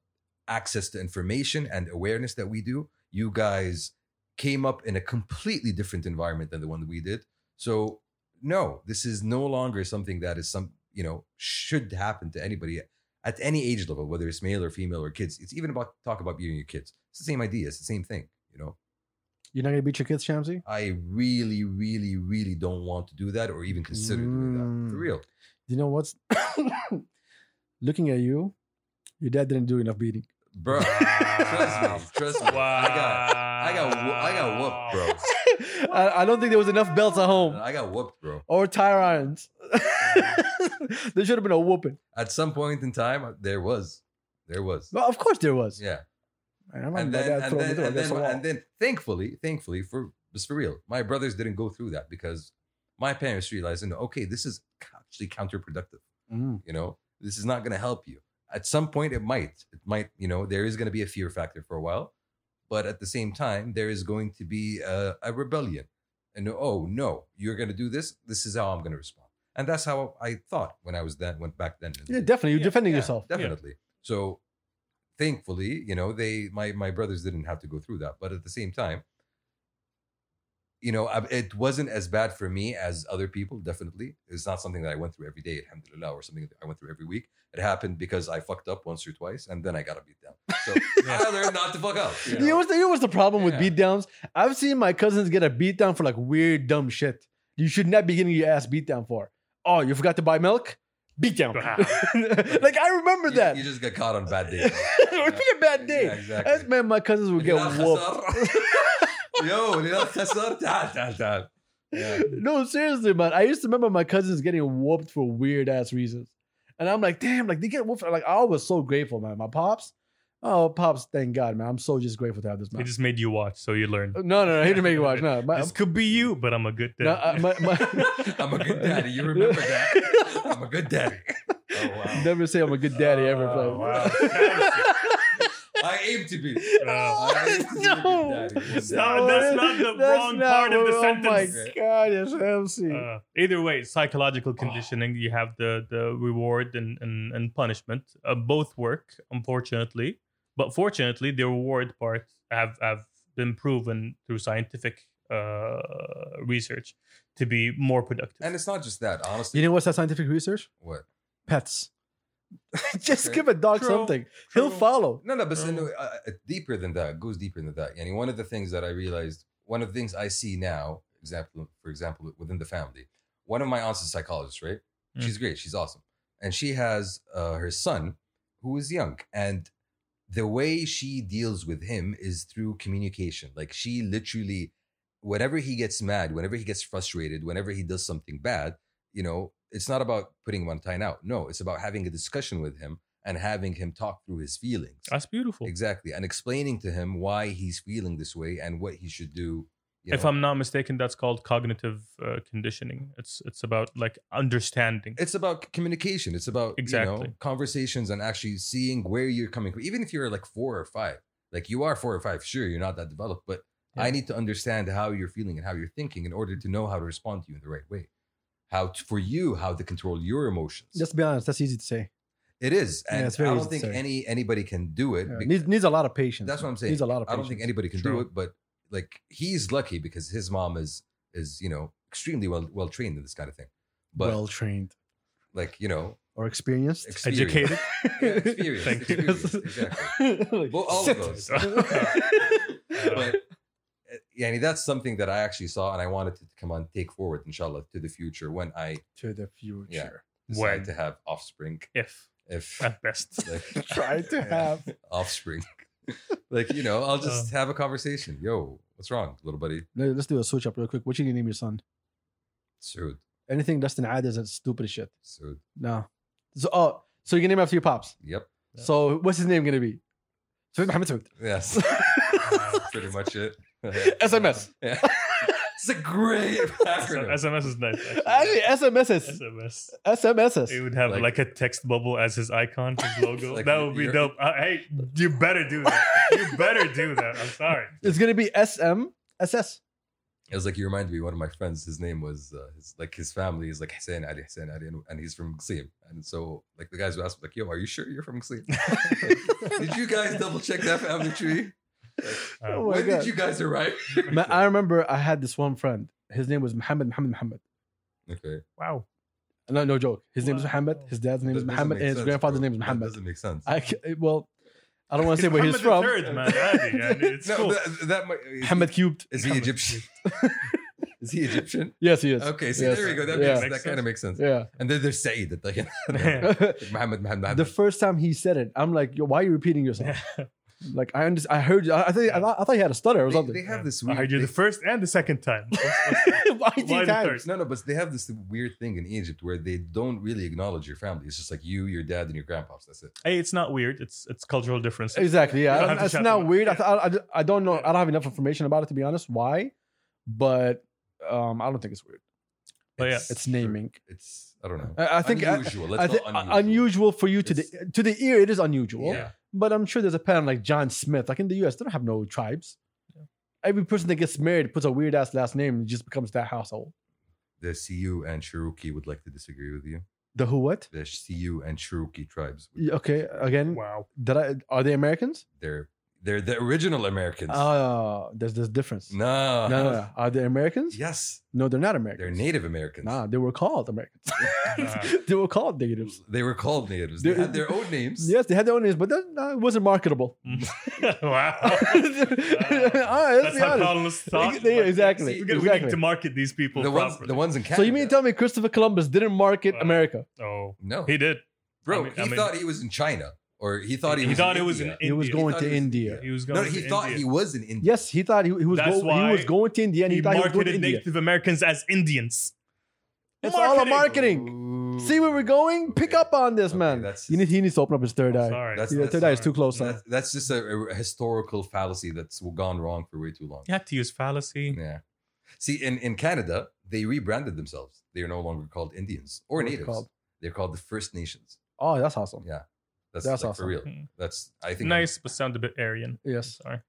Speaker 1: access to information and awareness that we do you guys came up in a completely different environment than the one that we did so no, this is no longer something that is some you know should happen to anybody at any age level, whether it's male or female or kids. It's even about talk about beating your kids. It's the same idea. It's the same thing. You know,
Speaker 3: you're not gonna beat your kids, Shamsi.
Speaker 1: I really, really, really don't want to do that or even consider doing that for
Speaker 3: Mm.
Speaker 1: real.
Speaker 3: You know what's looking at you? Your dad didn't do enough beating.
Speaker 1: Bro, trust me, trust me.
Speaker 2: Wow.
Speaker 1: I got, I got, who- I got whooped, bro.
Speaker 3: I, I don't think there was enough belts at home
Speaker 1: I got whooped, bro.
Speaker 3: or tire irons. there should have been a whooping.
Speaker 1: At some point in time, uh, there was, there was,
Speaker 3: Well, of course there was.
Speaker 1: yeah.
Speaker 3: I remember
Speaker 1: And
Speaker 3: my
Speaker 1: then,
Speaker 3: dad
Speaker 1: and
Speaker 3: throwing
Speaker 1: then,
Speaker 3: the door
Speaker 1: and then,
Speaker 3: against the wall.
Speaker 1: and then, thankfully, thankfully for just for real, my brothers didn't go through that because my parents realized, you know, okay, this is actually counterproductive.
Speaker 3: Mm.
Speaker 1: you know this is not going to help you at some point it might it might you know there is going to be a fear factor for a while but at the same time there is going to be a, a rebellion and oh no you're going to do this this is how i'm going to respond and that's how i thought when i was then went back then
Speaker 3: Yeah, definitely. You're
Speaker 2: Yeah,
Speaker 3: defending
Speaker 1: Yeah,
Speaker 3: yourself.
Speaker 1: definitely so thankfully you know they my my brothers didn't have to go through that but at the same time you know I- it wasn't as bad for me as other people definitely it's not something that i went through every day alhamdulillah or something that i went through every week it happened because i fucked up once or twice and then i got to beat down so i learned not to fuck up you
Speaker 3: You
Speaker 1: know?
Speaker 3: know what's the, you know what's the problem with
Speaker 1: Yeah.
Speaker 3: beatdowns? I've seen my cousins get a beatdown for like weird, dumb shit. You should not be getting your ass beat down for. Oh, you forgot to buy milk? Beatdown. like, I remember
Speaker 1: You-
Speaker 3: that.
Speaker 1: you, just got caught on bad days
Speaker 3: it would be a bad day.
Speaker 1: Yeah, exactly.
Speaker 3: That's man, my cousins would get
Speaker 1: نلعب
Speaker 3: whooped.
Speaker 1: خسارة. Yo, نلعب خسارة. تعال تعال تعال. Yeah.
Speaker 3: No, seriously, man. I used to remember my cousins getting whooped for weird ass reasons. And I'm like, damn, like they get whooped. Like, I was so grateful, man. My pops. Oh, pops, thank God, man. I'm so just grateful to have this
Speaker 2: He
Speaker 3: man.
Speaker 2: just made you watch, so you learn.
Speaker 3: No, no, no. He didn't make me watch. No, my,
Speaker 2: This could be you, but I'm a good dad.
Speaker 3: Uh, no, uh, my, my-
Speaker 1: I'm a good daddy. You remember that? I'm a good daddy. Oh wow.
Speaker 3: Never say I'm a good daddy ever.
Speaker 2: Oh,
Speaker 3: bro.
Speaker 2: wow.
Speaker 1: I aim to be.
Speaker 2: Uh,
Speaker 1: I aim to be
Speaker 3: No.
Speaker 1: a good daddy.
Speaker 2: That's not- that's not the wrong part of the
Speaker 3: Oh my
Speaker 2: sentence.
Speaker 3: God, it's MC.
Speaker 2: uh, either way, psychological conditioning. You have the the reward and and, and punishment. Uh, both work, unfortunately, but fortunately, the reward part have have been proven through scientific uh, research to be more productive.
Speaker 1: And it's not just that, honestly.
Speaker 3: you know what's that scientific research?
Speaker 1: what?
Speaker 3: Pets. just
Speaker 1: Okay.
Speaker 3: give a dog
Speaker 2: True,
Speaker 3: something. He'll
Speaker 2: true.
Speaker 3: follow.
Speaker 1: No, no, but
Speaker 2: No.
Speaker 1: no, uh, uh, deeper than that. It goes deeper than that. And one of the things that I realized, one of the things I see now, example, for example, within the family, one of my aunts is a psychologist, right?
Speaker 2: Mm.
Speaker 1: She's great. She's awesome. And she has uh, her son who is young. And the way she deals with him is through communication. Like she literally, whenever he gets mad, whenever he gets frustrated, whenever he does something bad, you know, it's not about putting him on time out. No, it's about having a discussion with him and having him talk through his feelings.
Speaker 2: That's beautiful.
Speaker 1: Exactly. And explaining to him why he's feeling this way and what he should do. You
Speaker 2: If
Speaker 1: know.
Speaker 2: I'm not mistaken, that's called cognitive uh, conditioning. It's it's about like understanding.
Speaker 1: it's about communication. It's about you know,
Speaker 2: Exactly.
Speaker 1: conversations and actually seeing where you're coming from. Even if you're like four or five, like you are four or five, sure, you're not that developed, but I
Speaker 2: Yeah.
Speaker 1: need to understand how you're feeling and how you're thinking in order to know how to respond to you in the right way. How to, for you, how to control your emotions.
Speaker 3: Let's be honest. That's easy to say.
Speaker 1: it is,
Speaker 3: Yeah,
Speaker 1: and
Speaker 3: it's very
Speaker 1: I
Speaker 3: easy
Speaker 1: don't
Speaker 3: to
Speaker 1: think
Speaker 3: say.
Speaker 1: any anybody can do it.
Speaker 3: Yeah,
Speaker 1: be-
Speaker 3: needs, needs a lot of patience.
Speaker 1: That's what I'm saying.
Speaker 3: Needs a lot of
Speaker 1: I
Speaker 3: patience.
Speaker 1: don't think anybody can do
Speaker 2: True.
Speaker 1: it, but like he's lucky because his mom is is you know extremely well well trained in this kind of thing. But
Speaker 3: well trained
Speaker 1: like you know,
Speaker 3: or experienced.
Speaker 1: experienced.
Speaker 2: Educated.
Speaker 1: Yeah, experienced,
Speaker 2: Thank you.
Speaker 1: experienced, exactly.
Speaker 3: Like,
Speaker 1: Well, all of those. but uh, yeah, I mean, that's something that I actually saw and I wanted to come on take forward, inshallah, to the future when I
Speaker 3: to the future.
Speaker 1: decide
Speaker 2: When?
Speaker 1: to have offspring.
Speaker 2: if
Speaker 1: If
Speaker 2: at best.
Speaker 1: like,
Speaker 3: Try to
Speaker 1: yeah,
Speaker 3: have.
Speaker 1: offspring, like you know, I'll just have a conversation. Yo, what's wrong, little buddy?
Speaker 3: Let- Let's do a switch up real quick. What you gonna name your son?
Speaker 1: Sood,
Speaker 3: Anything less than ad is a stupid shit.
Speaker 1: Sood.
Speaker 3: No. So oh, so you can name after your pops.
Speaker 1: Yep,
Speaker 2: Yeah.
Speaker 3: So what's his name gonna be? Saud Mohammed Saud.
Speaker 1: yes, pretty much it.
Speaker 3: SMS.
Speaker 1: Yeah. It's a great acronym.
Speaker 2: SMS is nice. Actually.
Speaker 3: Actually, SMSs.
Speaker 2: SMS. He
Speaker 3: SMSs.
Speaker 2: would have
Speaker 1: Like-
Speaker 2: like, a text bubble as his icon, his logo.
Speaker 1: Like
Speaker 2: that would be
Speaker 1: you're-
Speaker 2: dope. Uh, hey, you better do that. you better do that. I'm sorry.
Speaker 3: It's gonna be SMSS.
Speaker 1: It was like you reminded me. One of my friends, his name was uh, his, like his family is like Hussein Ali, Hussein Ali, and, and he's from Qsim. And so like the guys would ask like, "Yo, are you sure you're from Qsim? did you guys double check that family tree?
Speaker 2: Uh,
Speaker 3: Oh my
Speaker 1: when
Speaker 3: God.
Speaker 1: did you guys arrive?"
Speaker 3: Ma- I remember I had this one friend. His name was Muhammad Muhammad Muhammad.
Speaker 1: okay,
Speaker 2: wow.
Speaker 3: No, no joke. His name is Muhammad.
Speaker 2: Wow.
Speaker 3: His dad's name is
Speaker 1: That doesn't
Speaker 3: Muhammad,
Speaker 1: make
Speaker 3: and his
Speaker 1: sense,
Speaker 3: grandfather's
Speaker 1: bro.
Speaker 3: name is
Speaker 1: That
Speaker 3: Muhammad.
Speaker 1: doesn't make sense.
Speaker 3: I ca- well, I don't want to say where he's
Speaker 2: Muhammad
Speaker 3: from.
Speaker 2: the Third, man. Adi, yani, it's
Speaker 1: no,
Speaker 2: cool.
Speaker 1: that, that might, is,
Speaker 3: Muhammad cubed.
Speaker 1: is he Egyptian? is he Egyptian?
Speaker 3: Yes, he is.
Speaker 1: Okay, see
Speaker 3: Yes.
Speaker 1: there we go. That
Speaker 3: Yeah.
Speaker 1: makes,
Speaker 2: Makes
Speaker 1: that kind
Speaker 2: sense.
Speaker 1: of makes sense.
Speaker 3: Yeah.
Speaker 1: And then there's Saeed. Like, Muhammad, Muhammad,
Speaker 3: the
Speaker 1: Muhammad.
Speaker 3: first time he said it, I'm like, Yo, why are you repeating yourself? Like I under- I heard you. I, I think I, thought- I thought you had a stutter or
Speaker 1: They,
Speaker 3: something.
Speaker 1: they have
Speaker 2: Yeah.
Speaker 1: this
Speaker 2: I
Speaker 1: weird.
Speaker 2: heard you
Speaker 1: thing-
Speaker 2: the first and the second time.
Speaker 3: Why did
Speaker 2: Why the
Speaker 3: that?
Speaker 2: third?
Speaker 1: No, no, but they have this weird thing in Egypt where they don't really acknowledge your family. It's just like you, your dad, and your grandpops. That's it.
Speaker 2: hey, it's not weird. It's it's cultural differences.
Speaker 3: Exactly.
Speaker 2: You don't
Speaker 3: Yeah,
Speaker 2: have to
Speaker 3: it's
Speaker 2: shout
Speaker 3: not
Speaker 2: them out.
Speaker 3: weird. I,
Speaker 2: Yeah.
Speaker 3: th- I, I- I don't know. I don't have enough information about it to be honest. Why? But um, I don't think it's weird.
Speaker 2: But Oh, yeah,
Speaker 3: It's naming.
Speaker 1: It's I don't know.
Speaker 3: I, I think I-
Speaker 1: unusual.
Speaker 3: I,
Speaker 1: Let's
Speaker 3: think
Speaker 1: not
Speaker 3: unusual. for you to the to the ear. It is unusual.
Speaker 1: Yeah.
Speaker 3: But I'm sure there's a pattern like John Smith. Like in the U.S., they don't have no tribes. Every person that gets married puts a weird ass last name and just becomes that household.
Speaker 1: The Sioux and Cherokee would like to disagree with you.
Speaker 3: The who what?
Speaker 1: The Sioux and Cherokee tribes. would-
Speaker 3: Yeah, Okay, again,
Speaker 2: Wow.
Speaker 3: did I, are they Americans?
Speaker 1: They're they're the original Americans.
Speaker 3: Uh, there's this difference.
Speaker 1: no.
Speaker 3: no, no, no. Are they Americans?
Speaker 1: Yes,
Speaker 3: No, they're not
Speaker 1: they're
Speaker 3: Americans.
Speaker 1: Native Americans.
Speaker 3: Nah, they were called Americans.
Speaker 2: Nah.
Speaker 3: they were called natives.
Speaker 1: They were called natives. They
Speaker 3: They're-
Speaker 1: had their own names.
Speaker 3: Yes, they had their own names, but that, nah, it wasn't marketable.
Speaker 2: wow.
Speaker 3: All right, let's
Speaker 2: Oh. That's
Speaker 3: be
Speaker 2: how
Speaker 3: honest.
Speaker 2: colonists thought.
Speaker 3: Yeah, exactly.
Speaker 2: We, we
Speaker 3: exactly.
Speaker 2: need to market these people
Speaker 1: The ones
Speaker 2: properly.
Speaker 1: the ones in Canada.
Speaker 3: So you mean to tell me Christopher Columbus didn't market
Speaker 2: Wow.
Speaker 3: America?
Speaker 2: oh,
Speaker 1: no,
Speaker 2: he did.
Speaker 1: bro?
Speaker 2: I mean-
Speaker 1: he
Speaker 2: I mean-
Speaker 1: thought he was in China, or he thought he,
Speaker 2: He
Speaker 1: was
Speaker 2: thought
Speaker 1: in
Speaker 2: it was
Speaker 1: India.
Speaker 2: in
Speaker 3: He was
Speaker 2: India.
Speaker 1: He
Speaker 3: going to
Speaker 1: thought it was-
Speaker 3: India.
Speaker 2: He was going.
Speaker 1: No,
Speaker 2: to
Speaker 1: he thought
Speaker 2: India.
Speaker 1: he was in India.
Speaker 3: Yes, he thought he, he was
Speaker 2: That's
Speaker 3: go- he was
Speaker 2: why
Speaker 3: going to India and he,
Speaker 2: he
Speaker 3: thought he was going to
Speaker 2: marketed
Speaker 3: India.
Speaker 2: Native Americans as Indians.
Speaker 3: It's all a marketing.
Speaker 1: Ooh.
Speaker 3: See where we're going? Pick
Speaker 1: Okay.
Speaker 3: up on this,
Speaker 1: Okay,
Speaker 3: man.
Speaker 1: that's
Speaker 3: You need, he needs to open up his third
Speaker 2: I'm
Speaker 3: eye.
Speaker 2: Sorry.
Speaker 1: That's-
Speaker 3: Yeah,
Speaker 1: that's
Speaker 3: third eye is too close. now.
Speaker 1: That's, that's just a, a historical fallacy that's gone wrong for way too long.
Speaker 2: you had to use fallacy.
Speaker 1: Yeah. See, in, in Canada, they rebranded themselves. They are no longer called Indians or
Speaker 3: What is it
Speaker 1: natives.
Speaker 3: called?
Speaker 1: They're called the First Nations.
Speaker 3: Oh, that's awesome.
Speaker 1: Yeah. That's,
Speaker 3: That's
Speaker 1: like,
Speaker 3: awesome.
Speaker 1: for real.
Speaker 2: Mm.
Speaker 1: That's I think
Speaker 2: Nice, but sound a bit Aryan.
Speaker 3: Yes.
Speaker 2: Sorry.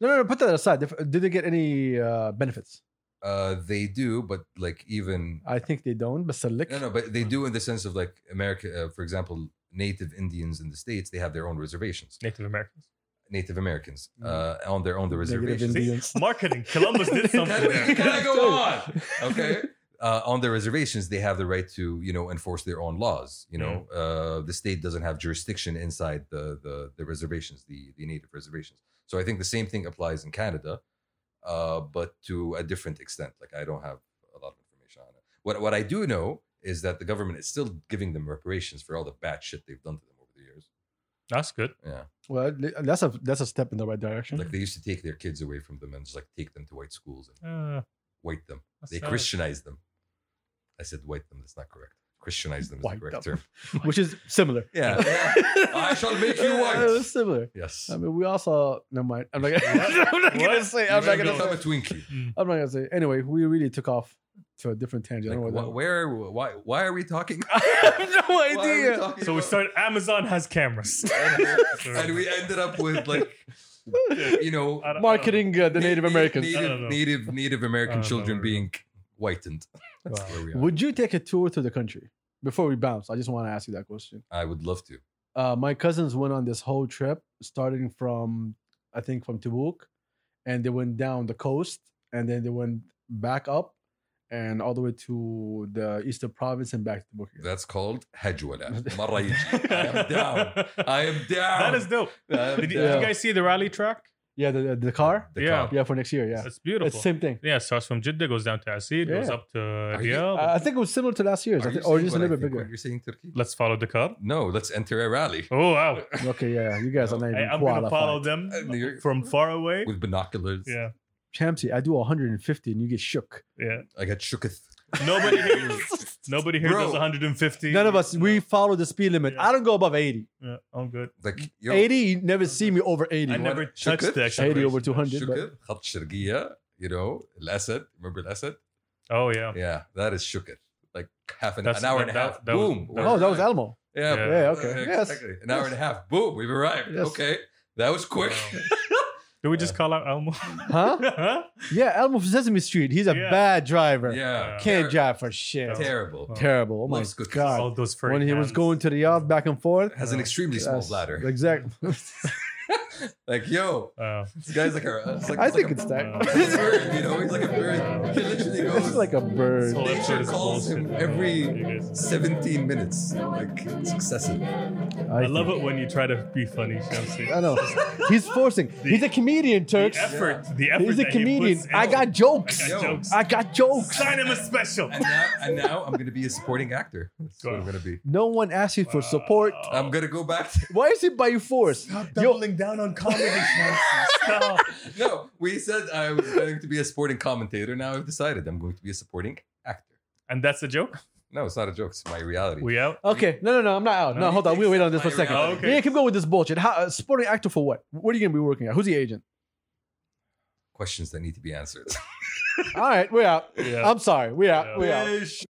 Speaker 3: No, no, no. Put that aside. If- Did they get any uh, benefits?
Speaker 1: Uh, they do, but like even
Speaker 3: I think they don't. But select.
Speaker 1: no, no, but they do in the sense of like America, uh, for example, Native Indians in the states, they have their own reservations.
Speaker 2: Native Americans.
Speaker 1: Native Americans
Speaker 3: Mm.
Speaker 1: uh, on their own the reservations.
Speaker 3: Indians.
Speaker 2: Marketing. Columbus did something
Speaker 1: Can we-
Speaker 2: there.
Speaker 1: can I go on? okay uh, on their reservations they have the right to you know enforce their own laws you know uh, the state doesn't have jurisdiction inside the the, the reservations the, the native reservations so i think the same thing applies in canada uh, but to a different extent like i don't have a lot of information on it what, what i do know is that the government is still giving them reparations for all the bad shit they've done to them over the years
Speaker 2: That's good.
Speaker 1: yeah
Speaker 3: Well, that's a that's a step in the right direction.
Speaker 1: like they used to take their kids away from them and just like take them to white schools and
Speaker 2: Uh,
Speaker 1: white them
Speaker 2: that's
Speaker 1: They
Speaker 2: sad.
Speaker 1: Christianized them. I said white them. That's not correct. Christianized them is the
Speaker 3: White
Speaker 1: correct
Speaker 3: them.
Speaker 1: term.
Speaker 3: which is similar.
Speaker 1: Yeah. I shall make you
Speaker 3: Uh,
Speaker 1: white.
Speaker 3: similar.
Speaker 1: Yes.
Speaker 3: I mean, we also never mind. I'm not, gonna-
Speaker 2: What?
Speaker 3: I'm not gonna
Speaker 2: What?
Speaker 3: say.
Speaker 2: You
Speaker 3: I'm not
Speaker 2: better
Speaker 3: gonna.
Speaker 2: go.
Speaker 1: I'm a
Speaker 3: Say,
Speaker 1: Twinkie.
Speaker 2: Mm.
Speaker 3: I'm not gonna say. Anyway, we really took off to a different tangent. I
Speaker 1: Like,
Speaker 3: don't know
Speaker 1: wh-
Speaker 3: what
Speaker 1: where? Why? Why are we talking?
Speaker 3: that- I have no
Speaker 1: Why are we
Speaker 3: idea.
Speaker 1: talking
Speaker 2: So we
Speaker 1: about-
Speaker 2: started. Amazon has cameras.
Speaker 1: and we ended up with like you know
Speaker 2: I don't-
Speaker 3: Marketing uh, the
Speaker 1: na-
Speaker 3: Native
Speaker 1: na-
Speaker 3: Americans.
Speaker 2: I
Speaker 1: Native
Speaker 2: don't know.
Speaker 1: Native, Native American
Speaker 2: I don't know
Speaker 1: children
Speaker 2: where we
Speaker 1: being whitened. That's
Speaker 2: Wow.
Speaker 1: where we are.
Speaker 3: Would you take a tour to the country before we bounce? I just want to ask you that question.
Speaker 1: I would love to.
Speaker 3: Uh, my cousins went on this whole trip, starting from I think from Tibuk, and they went down the coast, and then they went back up, and all the way to the eastern province and back to Tibuk. again.
Speaker 1: That's called Hajwala. Marra يجي. I am down. I am down.
Speaker 2: That is dope.
Speaker 1: I am
Speaker 2: Did you,
Speaker 1: down.
Speaker 2: did you guys see the rally track?
Speaker 3: Yeah, the, the, the car.
Speaker 1: The
Speaker 2: Yeah.
Speaker 1: cop.
Speaker 3: Yeah, for next year. Yeah,
Speaker 2: It's beautiful.
Speaker 3: it's the same thing.
Speaker 2: yeah, it starts from Jeddah, goes down to Asid, goes
Speaker 3: Yeah. Uh,
Speaker 2: up to
Speaker 1: you-
Speaker 2: Riyadh.
Speaker 3: I I think it was similar to last year's, I
Speaker 1: Are you
Speaker 3: think, or
Speaker 1: saying
Speaker 3: just
Speaker 1: what
Speaker 3: a
Speaker 1: I
Speaker 3: little
Speaker 1: think,
Speaker 3: bit
Speaker 1: what
Speaker 3: bigger.
Speaker 1: You're saying Turkey?
Speaker 2: Let's follow the car.
Speaker 1: No, let's enter a rally
Speaker 2: Oh wow!
Speaker 3: Okay, yeah, you guys are not
Speaker 2: Hey,
Speaker 3: even
Speaker 2: I'm gonna follow
Speaker 3: qualified.
Speaker 2: them
Speaker 1: Uh, you're-
Speaker 2: from far away.
Speaker 1: with binoculars.
Speaker 2: Yeah,
Speaker 3: Champsy, I do 150 and you get shook.
Speaker 2: yeah.
Speaker 1: I got shooketh.
Speaker 2: Nobody here. Nobody here
Speaker 1: Bro.
Speaker 2: does 150.
Speaker 3: None of us. We follow the speed limit.
Speaker 2: Yeah.
Speaker 3: I don't go above 80.
Speaker 2: Yeah, I'm good.
Speaker 1: Like yo,
Speaker 3: 80, you never see me over 80.
Speaker 2: I never
Speaker 1: wanna- Shook
Speaker 2: touched
Speaker 1: it?
Speaker 2: the
Speaker 3: Shady
Speaker 2: acceleration.
Speaker 3: over 200. but-
Speaker 1: shooketh, Khat Sharqiya, you know, Al Asad. Remember Al Asad?
Speaker 2: Oh yeah.
Speaker 1: Yeah, that is shooketh. Like half an,
Speaker 2: That's-
Speaker 1: an hour and a
Speaker 2: that-
Speaker 1: half.
Speaker 2: that was-
Speaker 1: boom.
Speaker 2: that
Speaker 1: we're
Speaker 3: oh, that was
Speaker 1: arrived.
Speaker 3: Alamo.
Speaker 1: Yeah,
Speaker 2: Yeah.
Speaker 3: Yeah, okay. Yes.
Speaker 1: Exactly. An hour and a half. Boom. We've arrived.
Speaker 3: Yes.
Speaker 1: Okay. That was quick.
Speaker 2: Wow. Did we just
Speaker 1: Yeah.
Speaker 2: call out Elmo?
Speaker 3: Huh? Yeah, Alamo from Sesame Street. He's a
Speaker 2: Yeah.
Speaker 3: bad driver.
Speaker 1: yeah.
Speaker 3: Can't
Speaker 1: Ter-
Speaker 3: drive for shit.
Speaker 1: Terrible.
Speaker 2: Ter-
Speaker 3: Terrible. Oh my
Speaker 1: Loves cookies.
Speaker 2: All
Speaker 3: God.
Speaker 2: those furry
Speaker 3: When he was
Speaker 2: hands.
Speaker 3: going to the yard back and forth.
Speaker 1: Has an
Speaker 2: Uh,
Speaker 1: extremely small
Speaker 3: that's-
Speaker 1: bladder.
Speaker 3: Exactly.
Speaker 1: Like, yo,
Speaker 2: Uh,
Speaker 1: this guy's like a. It's like,
Speaker 3: I
Speaker 1: it's
Speaker 3: think
Speaker 1: like
Speaker 3: it's
Speaker 1: a, He's a
Speaker 3: that.
Speaker 1: bird, you know? He's like a bird. He literally goes.
Speaker 3: It's like a
Speaker 2: this
Speaker 3: bird.
Speaker 2: whole
Speaker 1: Nature
Speaker 2: episode is
Speaker 1: calls
Speaker 2: bullshit.
Speaker 1: him every-
Speaker 2: You guys-
Speaker 1: 17 minutes. Like, it's excessive.
Speaker 2: I love it when you try to be funny, Shamsi.
Speaker 3: I know. He's forcing. He's a comedian,
Speaker 2: The
Speaker 3: Turks.
Speaker 2: effort, the effort.
Speaker 3: He's a
Speaker 2: that he
Speaker 3: comedian.
Speaker 2: puts in.
Speaker 3: I got
Speaker 2: I got
Speaker 3: jokes.
Speaker 1: Yo.
Speaker 2: jokes.
Speaker 3: I got jokes.
Speaker 2: Sign him a special.
Speaker 1: and now, and now I'm gonna be a supporting actor. That's what I'm gonna be.
Speaker 3: No one asks you for support.
Speaker 2: Wow.
Speaker 1: I'm gonna go back. To,
Speaker 3: Why is it by force? Yo,
Speaker 2: down on comedy chances. Stop.
Speaker 1: No, we said I was going to be a sporting commentator. Now I've decided I'm going to be a supporting actor.
Speaker 2: And that's a joke.
Speaker 1: No, it's not a joke. It's my reality.
Speaker 2: We out.
Speaker 3: Okay, no, no, no, I'm not out. No,
Speaker 1: No,
Speaker 3: hold
Speaker 1: he
Speaker 3: on, we
Speaker 1: thinks
Speaker 3: wait on
Speaker 1: that's
Speaker 3: this for a
Speaker 1: my
Speaker 3: second.
Speaker 1: reality.
Speaker 2: Okay.
Speaker 3: Yeah, keep going with this bullshit. How, uh, supporting actor for what? What are you gonna be working at? Who's the agent?
Speaker 1: Questions that need to be answered.
Speaker 3: All right, we're out.
Speaker 2: Yeah.
Speaker 3: I'm sorry, we're out.
Speaker 2: Yeah.
Speaker 3: We're out.
Speaker 1: Ish.